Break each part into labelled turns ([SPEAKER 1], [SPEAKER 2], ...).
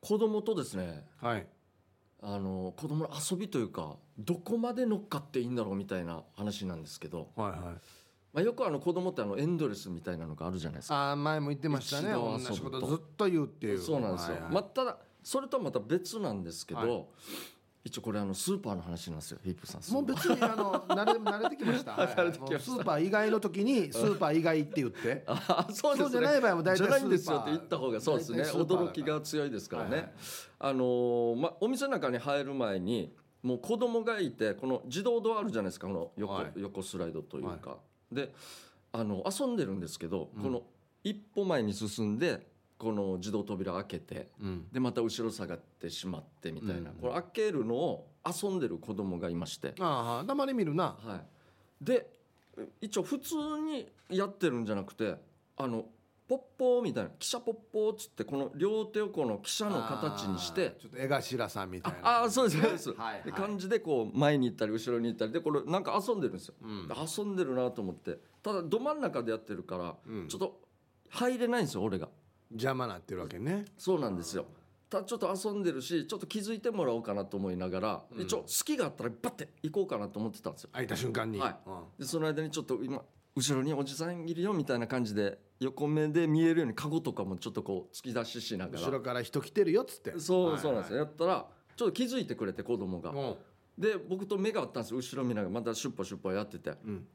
[SPEAKER 1] 子供とですね
[SPEAKER 2] はい
[SPEAKER 1] あの子供の遊びというかどこまで乗っかっていいんだろうみたいな話なんですけど、
[SPEAKER 2] はいはい
[SPEAKER 1] まあ、よくあの子供ってあのエンドレスみたいなのがあるじゃないですか
[SPEAKER 2] ああ前も言ってましたね
[SPEAKER 1] 一度遊
[SPEAKER 2] 同
[SPEAKER 1] ぶと
[SPEAKER 2] じことずっと言うっていう
[SPEAKER 1] そうなんですよ、
[SPEAKER 2] はいはい
[SPEAKER 1] まあ、ただそれとはまた別なんですけど、
[SPEAKER 2] はい
[SPEAKER 1] 一応これあのスーパーの話なんですよヒップさん
[SPEAKER 2] もう別にあの慣れ慣れてきま した。はい
[SPEAKER 1] 慣れてきました
[SPEAKER 2] もうスーパー以外の時にスーパー以外って言って。
[SPEAKER 1] あ そうですね
[SPEAKER 2] そうじゃない場合も大体
[SPEAKER 1] じゃないんです
[SPEAKER 2] スー
[SPEAKER 1] よ
[SPEAKER 2] パー
[SPEAKER 1] って言った方がそうですね
[SPEAKER 2] 大体スーパーだから
[SPEAKER 1] 驚きが強いですからね、
[SPEAKER 2] はいはい
[SPEAKER 1] あのーま、お店の中に入る前にもう子供がいてこの自動ドアあるじゃないですかこの横,、
[SPEAKER 2] はい
[SPEAKER 1] 横スライドというか、であの遊んでるんですけど、この一歩前に進んでこの自動扉開けて
[SPEAKER 2] うん。
[SPEAKER 1] でまた後ろ下がってしまってみたいな、
[SPEAKER 2] うん
[SPEAKER 1] これ開けるのを遊んでる子供がいまして、
[SPEAKER 2] ああたまに見るな。
[SPEAKER 1] はい、で一応普通にやってるんじゃなくてあのポッポーみたいな汽車ポッポーっつってこの両手をこの汽車の形にして
[SPEAKER 2] あーちょっと江頭さんみたいな。
[SPEAKER 1] ああーそうですそうです、
[SPEAKER 2] はいはい
[SPEAKER 1] で感じでこう前に行ったり後ろに行ったりでこれなんか遊んでるんですよ、
[SPEAKER 2] うん
[SPEAKER 1] で遊んでるなと思ってただど真ん中でやってるから、
[SPEAKER 2] うん
[SPEAKER 1] ちょっと入れないんですよ俺が
[SPEAKER 2] 邪魔なってるわけね。
[SPEAKER 1] そうなんですよただちょっと遊んでるしちょっと気づいてもらおうかなと思いながら、
[SPEAKER 2] うん
[SPEAKER 1] 一応隙があったらバッて行こうかなと思ってたんですよ
[SPEAKER 2] 開いた瞬間に。
[SPEAKER 1] はいでその間にちょっと今後ろにおじさんいるよみたいな感じで横目で見えるようにカゴとかもちょっとこう突き出ししな
[SPEAKER 2] うん
[SPEAKER 1] が
[SPEAKER 2] 後
[SPEAKER 1] ら
[SPEAKER 2] ろから人来てるよっつって。
[SPEAKER 1] そうそうなんですよ
[SPEAKER 2] よ。
[SPEAKER 1] やったらちょっと気づいてくれて子供が
[SPEAKER 2] うん
[SPEAKER 1] で僕と目が合ったんですよ後ろ見ながらまたシュッポシュッポやってて
[SPEAKER 2] うん。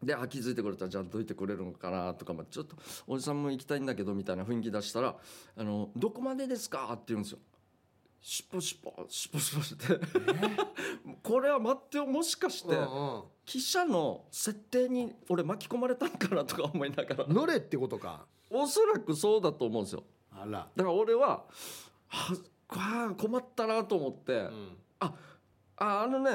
[SPEAKER 1] であ気づいてくれたらじゃあどいてくれるのかなとかまあちょっとおじさんも行きたいんだけどみたいな雰囲気出したら「あのどこまでですか?」って言うんですよ。シュッポシュッポシュッポシュッポして これは待ってよもしかして
[SPEAKER 2] うんうん
[SPEAKER 1] 記者の設定に俺巻き込まれたんかなとか思いながら
[SPEAKER 2] 乗れってことか。
[SPEAKER 1] おそらくそうだと思うんですよ
[SPEAKER 2] あら。
[SPEAKER 1] だから俺はははあ困ったなと思って、
[SPEAKER 2] うん
[SPEAKER 1] ああのね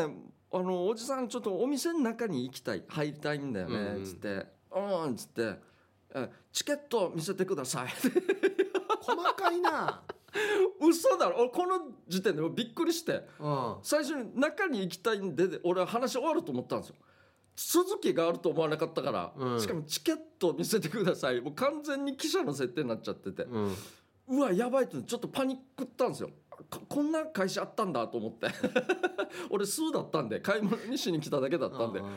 [SPEAKER 1] あのおじさんちょっとお店の中に行きたい入りたいんだよね、
[SPEAKER 2] うんうん
[SPEAKER 1] つって「うん」っつってえ「チケット見せてください」
[SPEAKER 2] 細かいな。
[SPEAKER 1] 嘘だろ俺この時点でもうびっくりして
[SPEAKER 2] うん。
[SPEAKER 1] 最初に中に行きたいんでで俺は話終わると思ったんですよ続きがあると思わなかったから、
[SPEAKER 2] うん
[SPEAKER 1] しかもチケットを見せてくださいもう完全に記者の設定になっちゃってて、
[SPEAKER 2] うん。
[SPEAKER 1] うわやばいってちょっとパニックったんですよここんな会社あったんだと思って 俺数だったんで買い物にしに来ただけだったんで
[SPEAKER 2] うう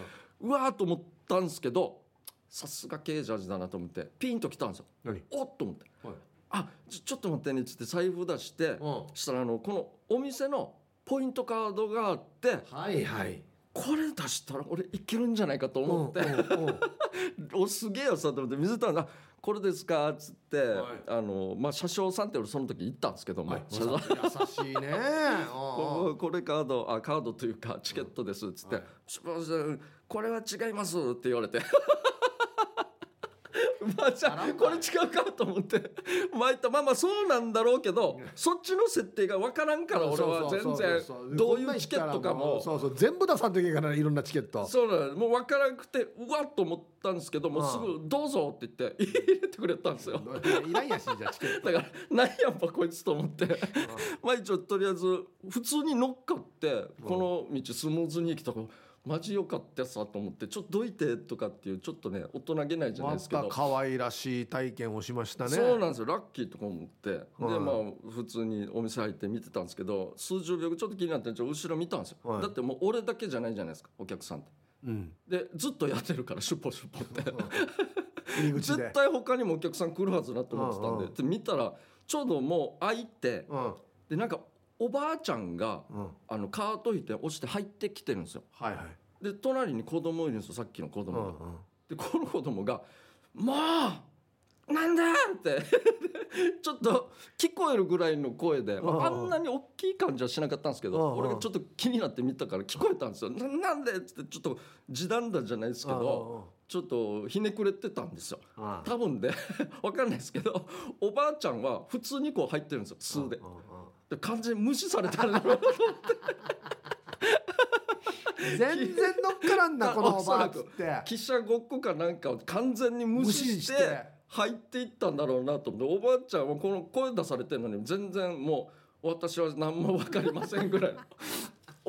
[SPEAKER 1] うわーと思ったんですけどさすが経営ジャージだなと思ってピンと来たんですよ
[SPEAKER 2] 何。
[SPEAKER 1] おっと思って
[SPEAKER 2] はい。
[SPEAKER 1] あちょちょっと待ってねっつって財布出して
[SPEAKER 2] うん
[SPEAKER 1] したらあのこのお店のポイントカードがあって
[SPEAKER 2] はいはい。
[SPEAKER 1] これ出したら俺いけるんじゃないかと思って、
[SPEAKER 2] うんうんうん
[SPEAKER 1] おすげえよさと思って水田が「これですか?」っつって、
[SPEAKER 2] はい
[SPEAKER 1] あのまあ、車掌さんって俺その時行ったんですけども、
[SPEAKER 2] はい、
[SPEAKER 1] 車掌
[SPEAKER 2] 優しいね。
[SPEAKER 1] こ
[SPEAKER 2] お
[SPEAKER 1] これカードあカードというかチケットです」っつって
[SPEAKER 2] はい
[SPEAKER 1] 「すいませんこれは違います」って言われて。 まあじゃ
[SPEAKER 2] あ
[SPEAKER 1] あ
[SPEAKER 2] ら
[SPEAKER 1] これ違うかと思ってまあ言ったまあまあそうなんだろうけどそっちの設定が分からんから俺は全然どういうチケットかも
[SPEAKER 2] そうそう全部出さんといけないからいろんなチケット。
[SPEAKER 1] そうなのもう分からなくてうわっと思ったんですけどもうすぐ「どうぞ」って言って入れてくれたんですよ。
[SPEAKER 2] いらんやしじゃあチケット。
[SPEAKER 1] だから何やっぱこいつと思ってまあ一応とりあえず普通に乗っかってこの道スムーズに行きたからマジよかったさと思ってちょっとどいてとかっていうちょっとね大人げないじゃない
[SPEAKER 2] ま
[SPEAKER 1] ですけ
[SPEAKER 2] た
[SPEAKER 1] ど。
[SPEAKER 2] 可愛らしい体験をしましたね。
[SPEAKER 1] そうなんですよラッキーとか思ってでま
[SPEAKER 2] はい
[SPEAKER 1] あ普通にお店入って見てたんですけど数十秒後ちょっと気になってちょっと後ろ見たんですよ
[SPEAKER 2] はい
[SPEAKER 1] だってもう俺だけじゃないじゃないですかお客さんって
[SPEAKER 2] うん。
[SPEAKER 1] でずっとやってるからシュッポシュッポっ て
[SPEAKER 2] 入り口
[SPEAKER 1] 絶
[SPEAKER 2] で。
[SPEAKER 1] 対他にもお客さん来るはずだと思ってたん
[SPEAKER 2] うんう
[SPEAKER 1] でで見たらちょうどもう開いて
[SPEAKER 2] うん
[SPEAKER 1] でなんかおばあちゃんが
[SPEAKER 2] うん。は
[SPEAKER 1] あのカート引いて落ちて入ってきてるんですよ
[SPEAKER 2] いはい。
[SPEAKER 1] で隣に子供いるんですよさっきの子
[SPEAKER 2] う
[SPEAKER 1] 供
[SPEAKER 2] ん
[SPEAKER 1] が、
[SPEAKER 2] う
[SPEAKER 1] で
[SPEAKER 2] ん。
[SPEAKER 1] この子供が「もうなんだ!」って ちょっと聞こえるぐらいの声で、ま
[SPEAKER 2] うんうん
[SPEAKER 1] あ、あんなに大きい感じはしなかったんですけ
[SPEAKER 2] うんう
[SPEAKER 1] ど
[SPEAKER 2] ん
[SPEAKER 1] 俺がちょっと気になって見たから聞こえたんですよ「ななんで?」っつってちょっと時短だじゃないですけどちょっとひねくれてたんですよ
[SPEAKER 2] うんうん。うん
[SPEAKER 1] 多分で わかんないですけどおばあちゃんは普通にこう入ってるんですよ
[SPEAKER 2] うん
[SPEAKER 1] 数で
[SPEAKER 2] うんうん
[SPEAKER 1] で完全に無視されたんだろう
[SPEAKER 2] 全然乗っからんなこのおばあっつって。
[SPEAKER 1] 汽車ごっこかなんかを完全に無視して
[SPEAKER 2] 無視して
[SPEAKER 1] 入っていったんだろうなと思っておばあちゃんはこ の声出されてるのに全然もう私は何も分かりませんぐらいの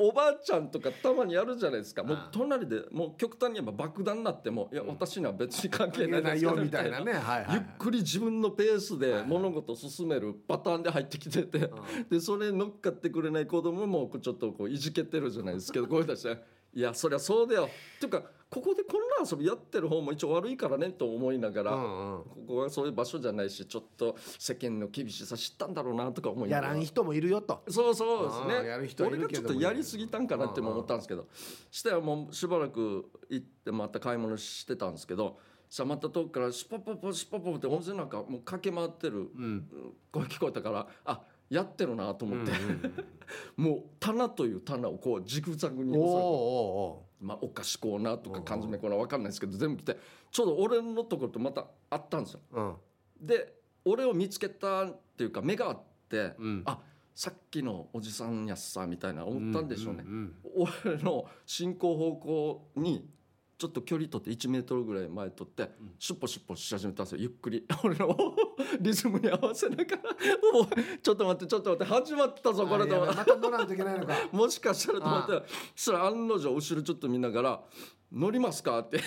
[SPEAKER 1] おばあちゃんとかたまにやるじゃないですかもう
[SPEAKER 2] ああ
[SPEAKER 1] 隣でもう極端に言えば爆弾になってもいや
[SPEAKER 2] うん
[SPEAKER 1] 私には別に関係
[SPEAKER 2] 言
[SPEAKER 1] な
[SPEAKER 2] え
[SPEAKER 1] い
[SPEAKER 2] な
[SPEAKER 1] で
[SPEAKER 2] い
[SPEAKER 1] すけど
[SPEAKER 2] よみたいなねはいはい
[SPEAKER 1] ゆっくり自分のペースで物事を進めるパターンで入ってきててでそれに乗っかってくれない子供もこうちょっとこういじけてるじゃない ですけどこういう人たちはいやそりゃそうだよっていうかここでこんな遊びやってる方も一応悪いからねと思いなが
[SPEAKER 2] う
[SPEAKER 1] ら、
[SPEAKER 2] んうん
[SPEAKER 1] ここはそういう場所じゃないしちょっと世間の厳しさ知ったんだろうなとか思いな
[SPEAKER 2] や
[SPEAKER 1] が
[SPEAKER 2] ら
[SPEAKER 1] ら
[SPEAKER 2] ん人もいるよと
[SPEAKER 1] そうそう
[SPEAKER 2] あ
[SPEAKER 1] です
[SPEAKER 2] ー
[SPEAKER 1] ね
[SPEAKER 2] やる人はい
[SPEAKER 1] 俺
[SPEAKER 2] る
[SPEAKER 1] が
[SPEAKER 2] け
[SPEAKER 1] ち
[SPEAKER 2] ど
[SPEAKER 1] ょっ
[SPEAKER 2] も
[SPEAKER 1] とやりすぎたんかなっても思ったんですけどしたらもうしばらく行ってまた買い物してたんですけどさあまた遠くからシュポポポシュポポって温泉なんかもう駆け回ってる
[SPEAKER 2] うん
[SPEAKER 1] 声聞こえたからあやってるなと
[SPEAKER 2] うんう
[SPEAKER 1] 思
[SPEAKER 2] ん
[SPEAKER 1] って、もう棚という棚をこうジグザグ
[SPEAKER 2] お
[SPEAKER 1] に
[SPEAKER 2] ーおー
[SPEAKER 1] それ
[SPEAKER 2] お
[SPEAKER 1] まあ、お菓子コーナーと
[SPEAKER 2] う
[SPEAKER 1] か
[SPEAKER 2] ん
[SPEAKER 1] 缶詰コーナーわかんないですけど全部来てちょうど俺のところとまたあったんですよ。
[SPEAKER 2] ーうん
[SPEAKER 1] で俺を見つけたっていうか目があって
[SPEAKER 2] うん
[SPEAKER 1] あさっきのおじさんやっさみたいな思ったんでしょうね
[SPEAKER 2] ん。ん
[SPEAKER 1] 俺の進行方向にちょっと距離取って1メートルぐらい前取って
[SPEAKER 2] ん
[SPEAKER 1] シュッポシュッポし始めたんですよゆっくり 俺のリズムに合わせながらおいちょっと待ってちょっと待って始まったぞ
[SPEAKER 2] うん
[SPEAKER 1] これと
[SPEAKER 2] あ
[SPEAKER 1] 思
[SPEAKER 2] や
[SPEAKER 1] っ
[SPEAKER 2] ばい
[SPEAKER 1] て
[SPEAKER 2] また乗らんといけないのか
[SPEAKER 1] もしかしたらと思ってそしたら案の定後ろちょっと見ながら 「乗りますか?」って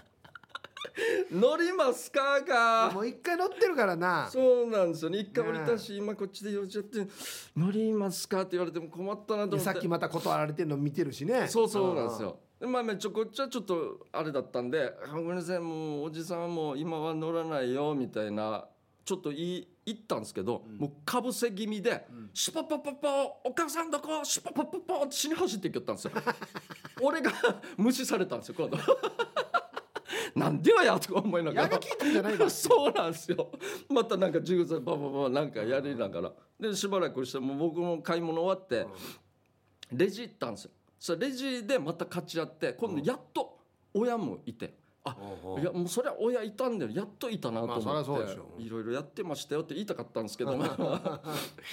[SPEAKER 1] 「乗りますか?」が
[SPEAKER 2] もう一回乗ってるからな
[SPEAKER 1] そうなんですよね一回降りたし今こっちで用事やって「乗りますか?」って言われても困ったなと思って
[SPEAKER 2] でさっきまた断られてるの見てるしね
[SPEAKER 1] そうそうなんですよ。でまあまあちょこっちはちょっとあれだったんで「あごめんなさいもうおじさんはもう今は乗らないよ」みたいなちょっと言い言ったんですけど、
[SPEAKER 2] うん
[SPEAKER 1] もうかぶせ気味で
[SPEAKER 2] う
[SPEAKER 1] 「
[SPEAKER 2] ん
[SPEAKER 1] シュパパパパお母さんどこシュパパパパ」って死に走っていきよったんですよ。俺が無視されたんですよ今度。なんではやとか思いなが
[SPEAKER 2] やが
[SPEAKER 1] ら
[SPEAKER 2] 聞。いたんじゃないか
[SPEAKER 1] そうなんですよまたなんかジグザグババババなんかやりながらでしばらくしてもう僕も買い物終わってレジ行ったんですよそれレジでまた勝ち合って今度やっと親もいて、
[SPEAKER 2] うん
[SPEAKER 1] いやもうそりゃ親いたんだよやっといたなと思って、
[SPEAKER 2] まあそりゃそうでしょ
[SPEAKER 1] いろいろやってましたよって言いたかったんですけ どまあ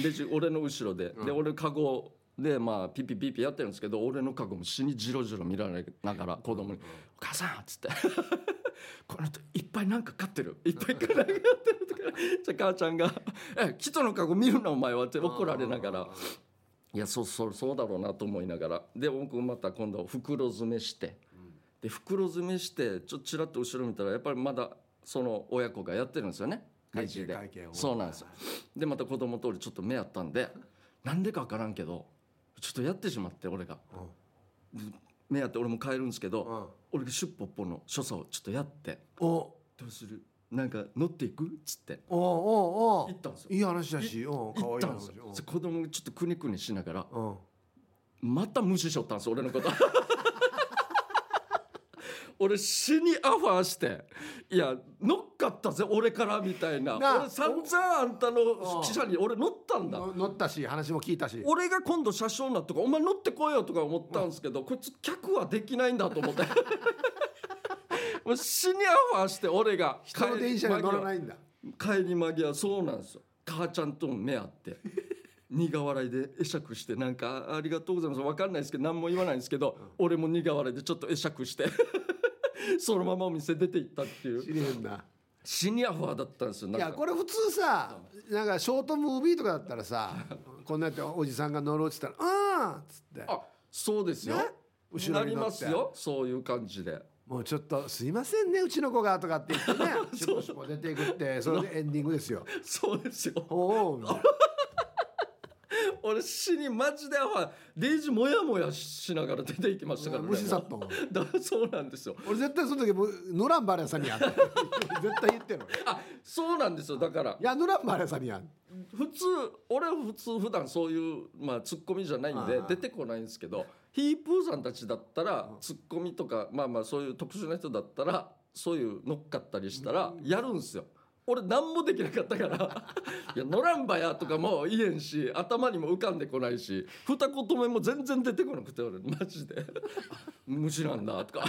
[SPEAKER 1] レジ俺の後ろで、
[SPEAKER 2] うん
[SPEAKER 1] で俺カゴでまあピピピピやってるんですけど俺のカゴも死にジロジロ見られながら子供に「お母さん」っつって 「この人いっぱいなんか買ってるいっぱいなんか買ってる」とかじゃあ母ちゃんが「え人のカゴ見るなお前は」って怒られながら。いやそうそうそうだろうなと思いながらで僕また今度袋詰めしてで袋詰めしてちょっとちらっと後ろ見たらやっぱりまだその親子がやってるんですよねレジでそうなんですよでまた子供と俺ちょっと目あったんでなんでか分からんけどちょっとやってしまって俺が目あって俺も帰るんですけど俺がシュッポッポの所作をちょっとやって
[SPEAKER 2] おお
[SPEAKER 1] どうするなんか乗っていくっつって
[SPEAKER 2] おおお
[SPEAKER 1] 行ったんですよ
[SPEAKER 2] いい話だしおか
[SPEAKER 1] 行
[SPEAKER 2] わ
[SPEAKER 1] っ
[SPEAKER 2] いい
[SPEAKER 1] たんです
[SPEAKER 2] 話
[SPEAKER 1] よで子供ちょっとくねくねしながら
[SPEAKER 2] うんうん
[SPEAKER 1] また無視しよったんです俺のこと 俺死にアファーして「いや乗っかったぜ俺から」みたいな
[SPEAKER 2] なあ
[SPEAKER 1] 俺散々あんたの記者に俺乗ったんだ
[SPEAKER 2] の乗ったし話も聞いたし
[SPEAKER 1] 俺が今度車掌になったから「お前乗ってこいよ」とか思ったんですけどこいつ客はできないんだと思って もう死にアファーして俺が
[SPEAKER 2] 人の電車に乗ら
[SPEAKER 1] い
[SPEAKER 2] ないんだ
[SPEAKER 1] 帰り間際そうなんですよ母ちゃんとも目合って 苦笑いで会釈してなんかありがとうございます分かんないですけど何も言わないんですけど、俺も苦笑いでちょっと会釈して そのままお店出て行ったってい
[SPEAKER 2] 知
[SPEAKER 1] う
[SPEAKER 2] りへんな
[SPEAKER 1] シニアファーだったんですよないんか
[SPEAKER 2] やこれ普通さなんかショートムービーとかだった らさこんなやっておじさんが乗ろうって言ったら「うん」っつって
[SPEAKER 1] あそうですよ、
[SPEAKER 2] ね後ろ
[SPEAKER 1] な
[SPEAKER 2] に
[SPEAKER 1] り
[SPEAKER 2] 乗
[SPEAKER 1] ま
[SPEAKER 2] って
[SPEAKER 1] すよそういう感じで
[SPEAKER 2] 「もうちょっとすいませんねうちの子が」とかって言 ってねシュポシュポ出ていくってそれでエンディングですよ。
[SPEAKER 1] そうですよ
[SPEAKER 2] おおみたいな
[SPEAKER 1] 俺死にマジでアファーデイジモヤモヤしながら出て行きましたからね
[SPEAKER 2] 無視さっと
[SPEAKER 1] だからそうなん ですよ
[SPEAKER 2] 俺絶対その時もうノランバレンさんに やん絶対言ってるのい
[SPEAKER 1] あそうなんですよだから
[SPEAKER 2] やノランバレンさんにやん
[SPEAKER 1] 普通俺は普通普段そういう、まあ、ツッコミじゃないん
[SPEAKER 2] あ
[SPEAKER 1] で
[SPEAKER 2] あ
[SPEAKER 1] 出てこないんですけどヒープーさんたちだったらツッコミとかまあまあそういう特殊な人だったらそういう乗っかったりしたらやるんですよ。俺何もできなかった から「いや乗らんばや」とかも言えんし頭にも浮かんでこないし二言目も全然出てこなくて俺マジで 「無視なんだ」とか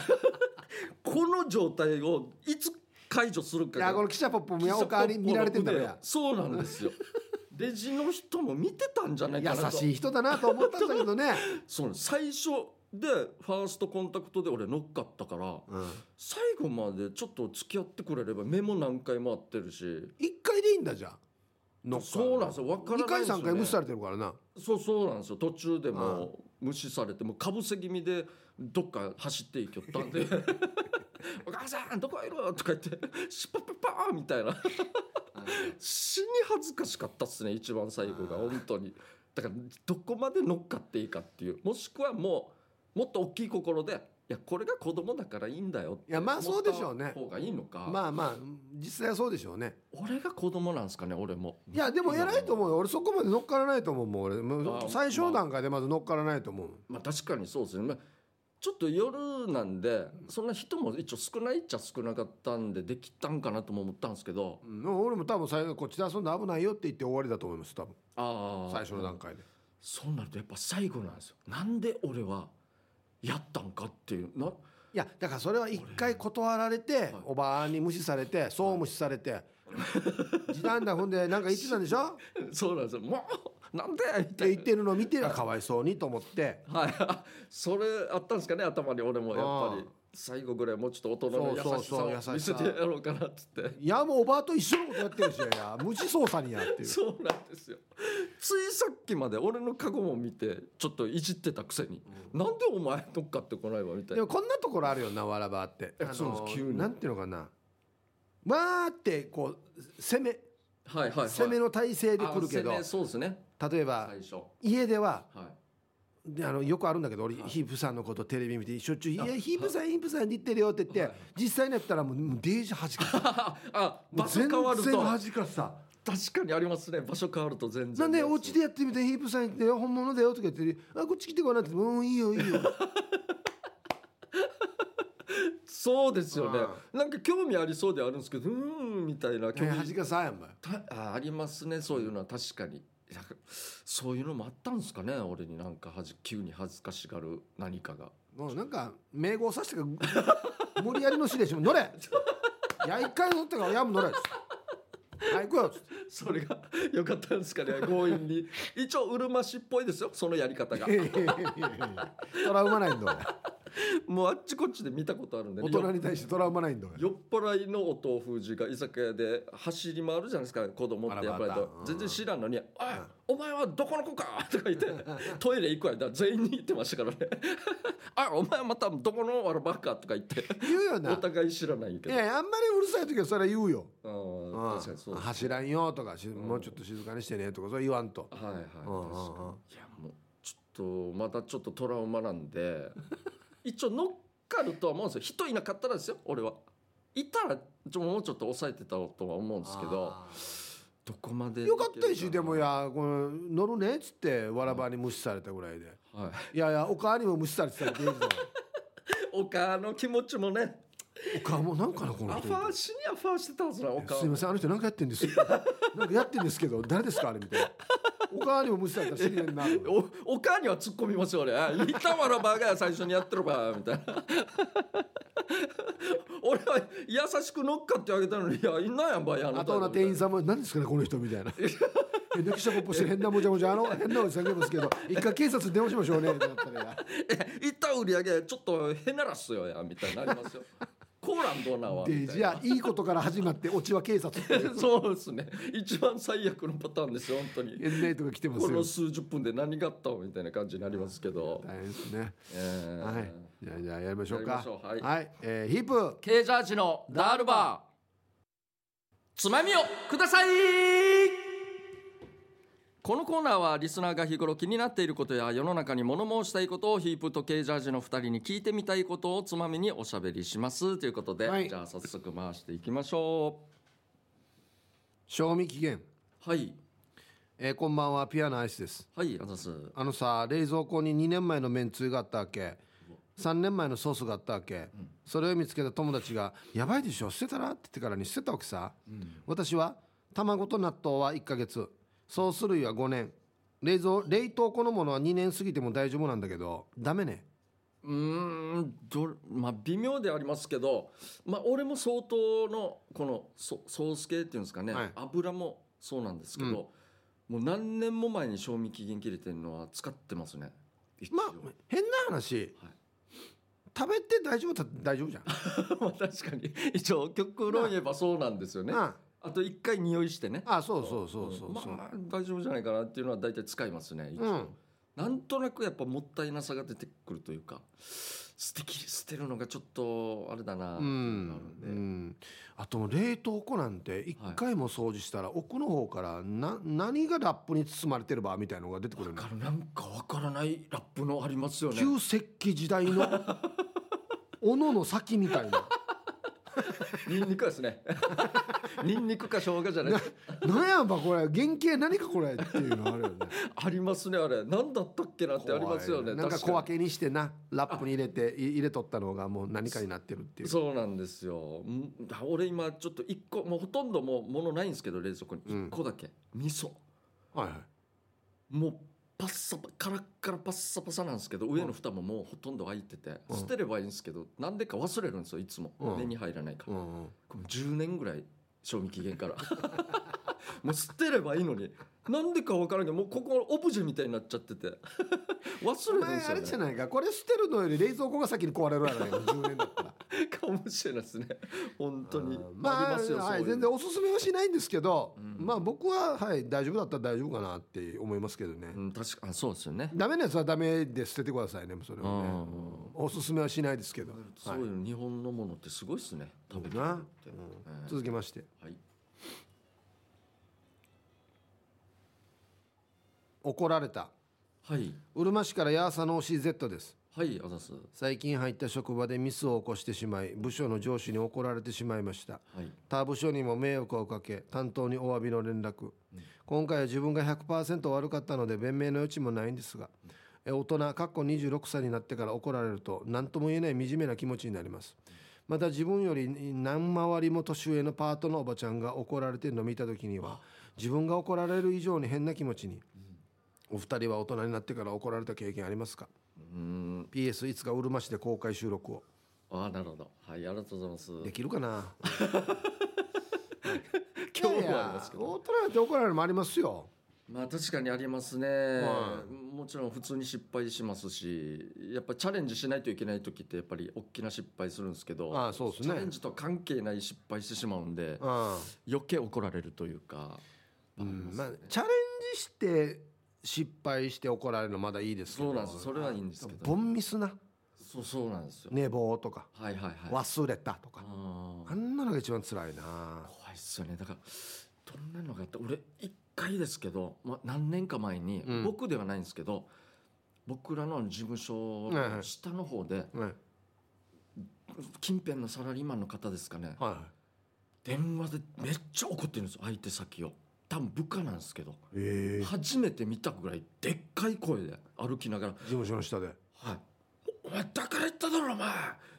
[SPEAKER 1] この状態をいつ解除する
[SPEAKER 2] い
[SPEAKER 1] かが
[SPEAKER 2] やこの記者ポップもおかわり見られてんだろうや
[SPEAKER 1] そうなんです よレジの人も見てたんじゃないかなと
[SPEAKER 2] 優しい人だなと思ったんだけど ね、
[SPEAKER 1] そう最初でファーストコンタクトで俺乗っかったから
[SPEAKER 2] うん、
[SPEAKER 1] 最後までちょっと付き合ってくれれば目も何回も合ってるし
[SPEAKER 2] 一回でいいんだじゃんの
[SPEAKER 1] そうなんですよ分から
[SPEAKER 2] 2
[SPEAKER 1] ない
[SPEAKER 2] 回
[SPEAKER 1] ですよ、
[SPEAKER 2] 3
[SPEAKER 1] ね、
[SPEAKER 2] 回無視されてるからな
[SPEAKER 1] そうそうなんですよ途中でもう無視されてもうかぶせ気味でどっか走っていきよったんで 「お母さんどこいる?」とか言って「シュパパパー」みたいな死に恥ずかしかったっすね一番最後が本当にだからどこまで乗っかっていいかっていうもしくはもうもっと大きい心で「いやこれが子供だからいいんだよって」
[SPEAKER 2] いやまあそうでしょうね
[SPEAKER 1] 方がいいのか、
[SPEAKER 2] まあまあ実際はそうでしょうね
[SPEAKER 1] 俺が子供なんですかね俺も
[SPEAKER 2] いやでも偉いと思うよ俺そこまで乗っからないと思うもう俺も
[SPEAKER 1] あ
[SPEAKER 2] う最初の段階でまず乗っからないと思う
[SPEAKER 1] まあ確かにそうですね、まあ、ちょっと夜なんでそんな人も一応少ないっちゃ少なかったんでできたんかなとも思ったんですけど
[SPEAKER 2] うん俺も多分最後こっちで遊んで危ないよって言って終わりだと思います多分
[SPEAKER 1] あ
[SPEAKER 2] 最初の段階で
[SPEAKER 1] そうなるとやっぱ最後なんですよなんで俺はやったんかっていうない
[SPEAKER 2] やだからそれは一回断られて
[SPEAKER 1] い
[SPEAKER 2] おばあに無視されてそう無視さ れて時短だ踏んでなんか言ってたんでしょっ
[SPEAKER 1] そうなんですよもうなんでみたい
[SPEAKER 2] て言ってるのを見てかわいそうにと思って
[SPEAKER 1] なはい それあったんですかね頭に俺もやっぱり
[SPEAKER 2] あ
[SPEAKER 1] 最後ぐらいもうちょっと大人
[SPEAKER 2] そ
[SPEAKER 1] の
[SPEAKER 2] う
[SPEAKER 1] 優しさ
[SPEAKER 2] そうそ
[SPEAKER 1] を
[SPEAKER 2] う
[SPEAKER 1] 見せてやろうかなっつって
[SPEAKER 2] いやもうおばあと一緒のことやってるしいや無視操作にやっていう
[SPEAKER 1] そうなんですよついさっきまで俺のカゴも見てちょっといじってたくせに、なんでお前乗っかってこないわみたい
[SPEAKER 2] で
[SPEAKER 1] な
[SPEAKER 2] もこんなところあるよなわらばって
[SPEAKER 1] いやそうです
[SPEAKER 2] あの
[SPEAKER 1] 急に
[SPEAKER 2] なんていうのかなわーってこう攻め
[SPEAKER 1] はいはいはい
[SPEAKER 2] 攻めの体勢で来るけど
[SPEAKER 1] あ攻めそうですね
[SPEAKER 2] 例えば
[SPEAKER 1] 最初は
[SPEAKER 2] 家ではいであのよくあるんだけど俺ヒープさんのことテレビ見てしょっちゅう「いやヒープさんヒープさん」って言ってるよって言って実際にやったらもうもうデージ弾かさ
[SPEAKER 1] あ場
[SPEAKER 2] もう
[SPEAKER 1] 所
[SPEAKER 2] 全
[SPEAKER 1] 変
[SPEAKER 2] 然
[SPEAKER 1] わると
[SPEAKER 2] 弾かさ
[SPEAKER 1] 確かにありますね場所変わると全然
[SPEAKER 2] なんでお家
[SPEAKER 1] で
[SPEAKER 2] でやってみてヒープさんって本物だよとか言ってるあこっち来てごらんって言ってうんいいよいい よ
[SPEAKER 1] そうですよねなんか興味ありそうではあるんですけどうーんみたいな興味
[SPEAKER 2] 弾かさやんばい
[SPEAKER 1] たあありますねそういうのは確かにいやそういうのもあったんですかね俺になんかはじ急に恥ずかしがる何かが
[SPEAKER 2] もうなんか名号さしてか無理やりの指令しても乗れいや一回乗ったからいやもう乗れっつってはい行くよっつって
[SPEAKER 1] それが 良かったんですかね強引に一応うるま市っぽいですよそのやり方が
[SPEAKER 2] トラウマないんだ
[SPEAKER 1] もうあっちこっちで見たことあるんで、
[SPEAKER 2] 俺大
[SPEAKER 1] ね、
[SPEAKER 2] 人に対してトラウマないんだ俺
[SPEAKER 1] 酔っ払いのお豆腐じが居酒屋で走り回るじゃないですか子供ってやっぱり
[SPEAKER 2] あらまたうん
[SPEAKER 1] 全然知らんのに「おいお前はどこの子か!」とか言ってトイレ行く間全員に言ってましたからね 「あお前またどこのわらばっか!」とか言って
[SPEAKER 2] 言うよな
[SPEAKER 1] お互い知らない
[SPEAKER 2] い
[SPEAKER 1] けど
[SPEAKER 2] やいやあんまりうるさい時はそれは言うよ
[SPEAKER 1] うん
[SPEAKER 2] うん
[SPEAKER 1] 確かにそうです
[SPEAKER 2] 走らんよとかしもうちょっと静かにしてねとかそれ言わんと
[SPEAKER 1] はいはい確か
[SPEAKER 2] うんうんうん
[SPEAKER 1] にいやもうちょっとまだちょっとトラウマなんで 一応乗っかるとは思うんですよ人いなかったらですよ俺はいたらちょもうちょっと抑えてたとは思うんですけどどこまで
[SPEAKER 2] よかった
[SPEAKER 1] いける
[SPEAKER 2] しでもい
[SPEAKER 1] な
[SPEAKER 2] やこの乗るねっつってわらばに無視されたぐらいで
[SPEAKER 1] はい
[SPEAKER 2] いやいやおかわりも無視されてたらゲージ だよ
[SPEAKER 1] お母の気持ちもね
[SPEAKER 2] おかわもなんかなこ
[SPEAKER 1] ア
[SPEAKER 2] の人
[SPEAKER 1] ファーしにアファーしてたはずなお母
[SPEAKER 2] すいませんあの人なんかやってんですよなんかやってんですけど誰ですかあれみたいなおかわりも無視されたら知り合いになる
[SPEAKER 1] おお母には突っ込みますよ俺「いたわらばが最初にやってるば」みたいな 俺は優しく乗っかってあげたのに「いやいんなんやんばやあ
[SPEAKER 2] あ
[SPEAKER 1] なた
[SPEAKER 2] との店員さんも何ですかねこの人みた いなえ抜きしたこっぽして変なもじゃもじゃあの変なおじさんがいますけど一回警察に電話しましょうねってなったらいや
[SPEAKER 1] えいった売り上げちょっとへならっすよやみたいになります よコーランどうなんは
[SPEAKER 2] で
[SPEAKER 1] みたい
[SPEAKER 2] じ
[SPEAKER 1] な
[SPEAKER 2] ゃあいいことから始まってオチは警察っていう
[SPEAKER 1] そうですね一番最悪のパターンですよ本当に
[SPEAKER 2] エンナイトが来 てます
[SPEAKER 1] この
[SPEAKER 2] よ
[SPEAKER 1] 数十分で何があったのみたいな感じになりますけど、
[SPEAKER 2] 大変ですね
[SPEAKER 1] えー
[SPEAKER 2] はいじゃあじゃあやりましょう
[SPEAKER 1] や
[SPEAKER 2] か
[SPEAKER 1] りましょうはい
[SPEAKER 2] えーヒープ
[SPEAKER 1] ケージャージのダールバーつまみをくださいこのコーナーはリスナーが日頃気になっていることや世の中に物申したいことをヒープとケージャージの2人に聞いてみたいことをつまみにおしゃべりしますということで、
[SPEAKER 2] はい
[SPEAKER 1] じゃあ早速回していきましょ
[SPEAKER 2] 賞味期限、
[SPEAKER 1] うはい
[SPEAKER 2] えーこんばんはピアノアイスです
[SPEAKER 1] はいあざす
[SPEAKER 2] あのさ冷蔵庫に2年前のめんつゆがあったわけ3年前のソースがあったわけ、それを見つけた友達が「やばいでしょ捨てたら?」って言ってからに捨てたわけさ、私は卵と納豆は1ヶ月ソース類は5年冷蔵冷凍庫のものは2年過ぎても大丈夫なんだけどダメね
[SPEAKER 1] うーんどれまあ微妙ではありますけど、まあ、俺も相当のこのソソース系っていうんですかね、
[SPEAKER 2] はい
[SPEAKER 1] 油もそうなんですけど、もう何年も前に賞味期限切れてるのは使ってますね一応
[SPEAKER 2] まあ変な話、
[SPEAKER 1] はい
[SPEAKER 2] 食べて大丈夫だったら大丈夫じゃん、
[SPEAKER 1] まあ確かに一応極論言えばそうなんですよね、
[SPEAKER 2] なあ
[SPEAKER 1] あと一回匂いしてね
[SPEAKER 2] あそうそうそうそう
[SPEAKER 1] ま
[SPEAKER 2] そう、
[SPEAKER 1] あまあ大丈夫じゃないかなっていうのは大体使いますね、一応
[SPEAKER 2] うん
[SPEAKER 1] なんとなくやっぱもったいなさが出てくるというか捨てき捨てるのがちょっとあれだなって
[SPEAKER 2] う
[SPEAKER 1] い
[SPEAKER 2] ん
[SPEAKER 1] のがあるんで、
[SPEAKER 2] うん、あと冷凍庫なんて一回も掃除したら奥の方からな何がラップに包まれてるばみたいのが出てくるの
[SPEAKER 1] だからなんかわからないラップのありますよね
[SPEAKER 2] 旧石器時代 の斧の先みたいな
[SPEAKER 1] ニンニクですね ニンニクか生姜じゃない
[SPEAKER 2] ななんやばこれ原型何かこれっていうのあ るよね
[SPEAKER 1] ありますねあれ何だったっけなってありますよ
[SPEAKER 2] 怖
[SPEAKER 1] ね
[SPEAKER 2] いなんか
[SPEAKER 1] 確に
[SPEAKER 2] 小分けにしてなラップに入れてい入れとったのがもう何かになってるっていう
[SPEAKER 1] そうなんですよんだ俺今ちょっと一個もうほとんどもう物ないんですけど冷蔵庫に
[SPEAKER 2] うん
[SPEAKER 1] 一個だけ、味噌
[SPEAKER 2] はいはい
[SPEAKER 1] もうパッサパカラッカラパッサパサなんですけど上の蓋ももうほとんど開いてて
[SPEAKER 2] うん
[SPEAKER 1] 捨てればいいんですけどなんでか忘れるんですよいつも
[SPEAKER 2] うん
[SPEAKER 1] 目に入らないから
[SPEAKER 2] うんうん
[SPEAKER 1] これ10年ぐらい賞味期限から もう捨てればいいのになんでか分からんけどもうここオブジェみたいになっちゃって て忘
[SPEAKER 2] お
[SPEAKER 1] れるん
[SPEAKER 2] 前
[SPEAKER 1] です
[SPEAKER 2] あ
[SPEAKER 1] よ
[SPEAKER 2] れじゃ
[SPEAKER 1] ね
[SPEAKER 2] ないかこれ捨てるのより冷蔵庫が先に壊れるわけだよ10年だ ったら
[SPEAKER 1] かもしれないですね本当に
[SPEAKER 2] うんまあ
[SPEAKER 1] りますよ
[SPEAKER 2] はい、
[SPEAKER 1] そういう
[SPEAKER 2] 全然おすすめはしないんですけど、
[SPEAKER 1] うん
[SPEAKER 2] まあ僕は、はい、大丈夫だったら大丈夫かなって思いますけどね、
[SPEAKER 1] うん、確かあそうですよね。
[SPEAKER 2] ダメなやつはダメで捨ててくださいねそれはね、うんおすすめはしないですけど、
[SPEAKER 1] そう
[SPEAKER 2] はい
[SPEAKER 1] いうの日本のものってすごいですね。食べて
[SPEAKER 2] な
[SPEAKER 1] って、
[SPEAKER 2] うん
[SPEAKER 1] うん
[SPEAKER 2] 続きまして
[SPEAKER 1] はい。
[SPEAKER 2] 怒られた
[SPEAKER 1] はい。
[SPEAKER 2] うるま市からヤーサの OCZ です
[SPEAKER 1] はい、あざす。
[SPEAKER 2] 最近入った職場でミスを起こしてしまい部署の上司に怒られてしまいました
[SPEAKER 1] はい。
[SPEAKER 2] 他部署にも迷惑をかけ担当にお詫びの連絡、今回は自分が100%悪かったので弁明の余地もないんですが、え大人かっこ26歳になってから怒られると何とも言えない惨めな気持ちになりますまた自分より何回りも年上のパートのおばちゃんが怒られて飲みた時には自分が怒られる以上に変な気持ちに、お二人は大人になってから怒られた経験ありますか
[SPEAKER 1] うーん。
[SPEAKER 2] PS いつかうるま市で公開収録を
[SPEAKER 1] あー、なるほど。はい、ありがとうございます。
[SPEAKER 2] できる かな
[SPEAKER 1] 今日もありますけ
[SPEAKER 2] いやい
[SPEAKER 1] ど。
[SPEAKER 2] や大人なんて怒られるのもありますよ
[SPEAKER 1] まあ、確かにありますね、
[SPEAKER 2] はい
[SPEAKER 1] もちろん普通に失敗しますし、やっぱチャレンジしないといけない時って、やっぱり大きな失敗するんですけど。
[SPEAKER 2] ああそうですね
[SPEAKER 1] チャレンジとは関係ない失敗してしまうんで、
[SPEAKER 2] あ
[SPEAKER 1] 余計怒られるというか。
[SPEAKER 2] あ、うんまあ
[SPEAKER 1] りすね
[SPEAKER 2] チャレンジして失敗して怒られるのまだいいですけど
[SPEAKER 1] そうなんですそれはいいんですけど
[SPEAKER 2] ボンミスな
[SPEAKER 1] そう、そうなんですよ。
[SPEAKER 2] 寝坊とか
[SPEAKER 1] はいはいはい。
[SPEAKER 2] 忘れたとか、
[SPEAKER 1] あー
[SPEAKER 2] あんなのが一番辛いな
[SPEAKER 1] 怖いっすよねだからどんなのがあって俺一回ですけど、まあ、何年か前に、
[SPEAKER 2] うん
[SPEAKER 1] 僕ではないんですけど僕らの事務所
[SPEAKER 2] はいは
[SPEAKER 1] の
[SPEAKER 2] い
[SPEAKER 1] 下の方で
[SPEAKER 2] はい
[SPEAKER 1] 近辺のサラリーマンの方ですかね
[SPEAKER 2] は
[SPEAKER 1] 電話でめっちゃ怒ってるんですよ相手先を多分部下なんですけど
[SPEAKER 2] いええ
[SPEAKER 1] 初めて見たぐらいでっかい声で歩きながら
[SPEAKER 2] 事務所の下で
[SPEAKER 1] 「はい、おお前だから言っただろお前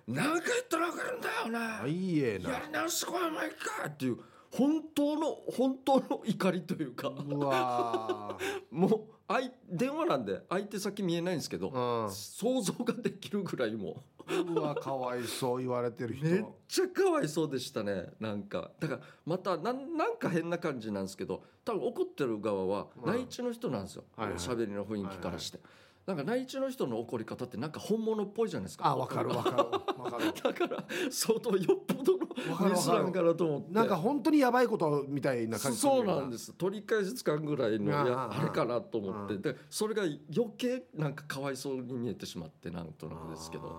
[SPEAKER 1] 何回言ったらあかんだよお前
[SPEAKER 2] あいいえ
[SPEAKER 1] や
[SPEAKER 2] な
[SPEAKER 1] り直してこいお前か!」っていう本当の本当の 怒りというか
[SPEAKER 2] うわ
[SPEAKER 1] もうあい電話なんで相手先見えないんですけど、
[SPEAKER 2] ー、うん
[SPEAKER 1] 想像ができるぐらいも
[SPEAKER 2] うわかわいそう言われてる
[SPEAKER 1] う
[SPEAKER 2] 人
[SPEAKER 1] めっちゃかわいそうでしたねなんかだからまたなんなんか変な感じなんですけど多分怒ってる側は
[SPEAKER 2] うん
[SPEAKER 1] 内地の人なんですよ
[SPEAKER 2] はいはい
[SPEAKER 1] おしゃべりの雰囲気からして、なんか内地の人の怒り方ってなんか本物っぽいじゃないですか
[SPEAKER 2] あわかるわかるわかる
[SPEAKER 1] だから相当よっぽど
[SPEAKER 2] わかる
[SPEAKER 1] のミスなんかなと思って
[SPEAKER 2] なんか本当にやばいことみたいな感じ
[SPEAKER 1] そうなんですす取り返しつかんぐらいのや
[SPEAKER 2] あー
[SPEAKER 1] あれかなと思って
[SPEAKER 2] あ
[SPEAKER 1] でそれが余計なんかかわいそうに見えてしまってなんとなくですけど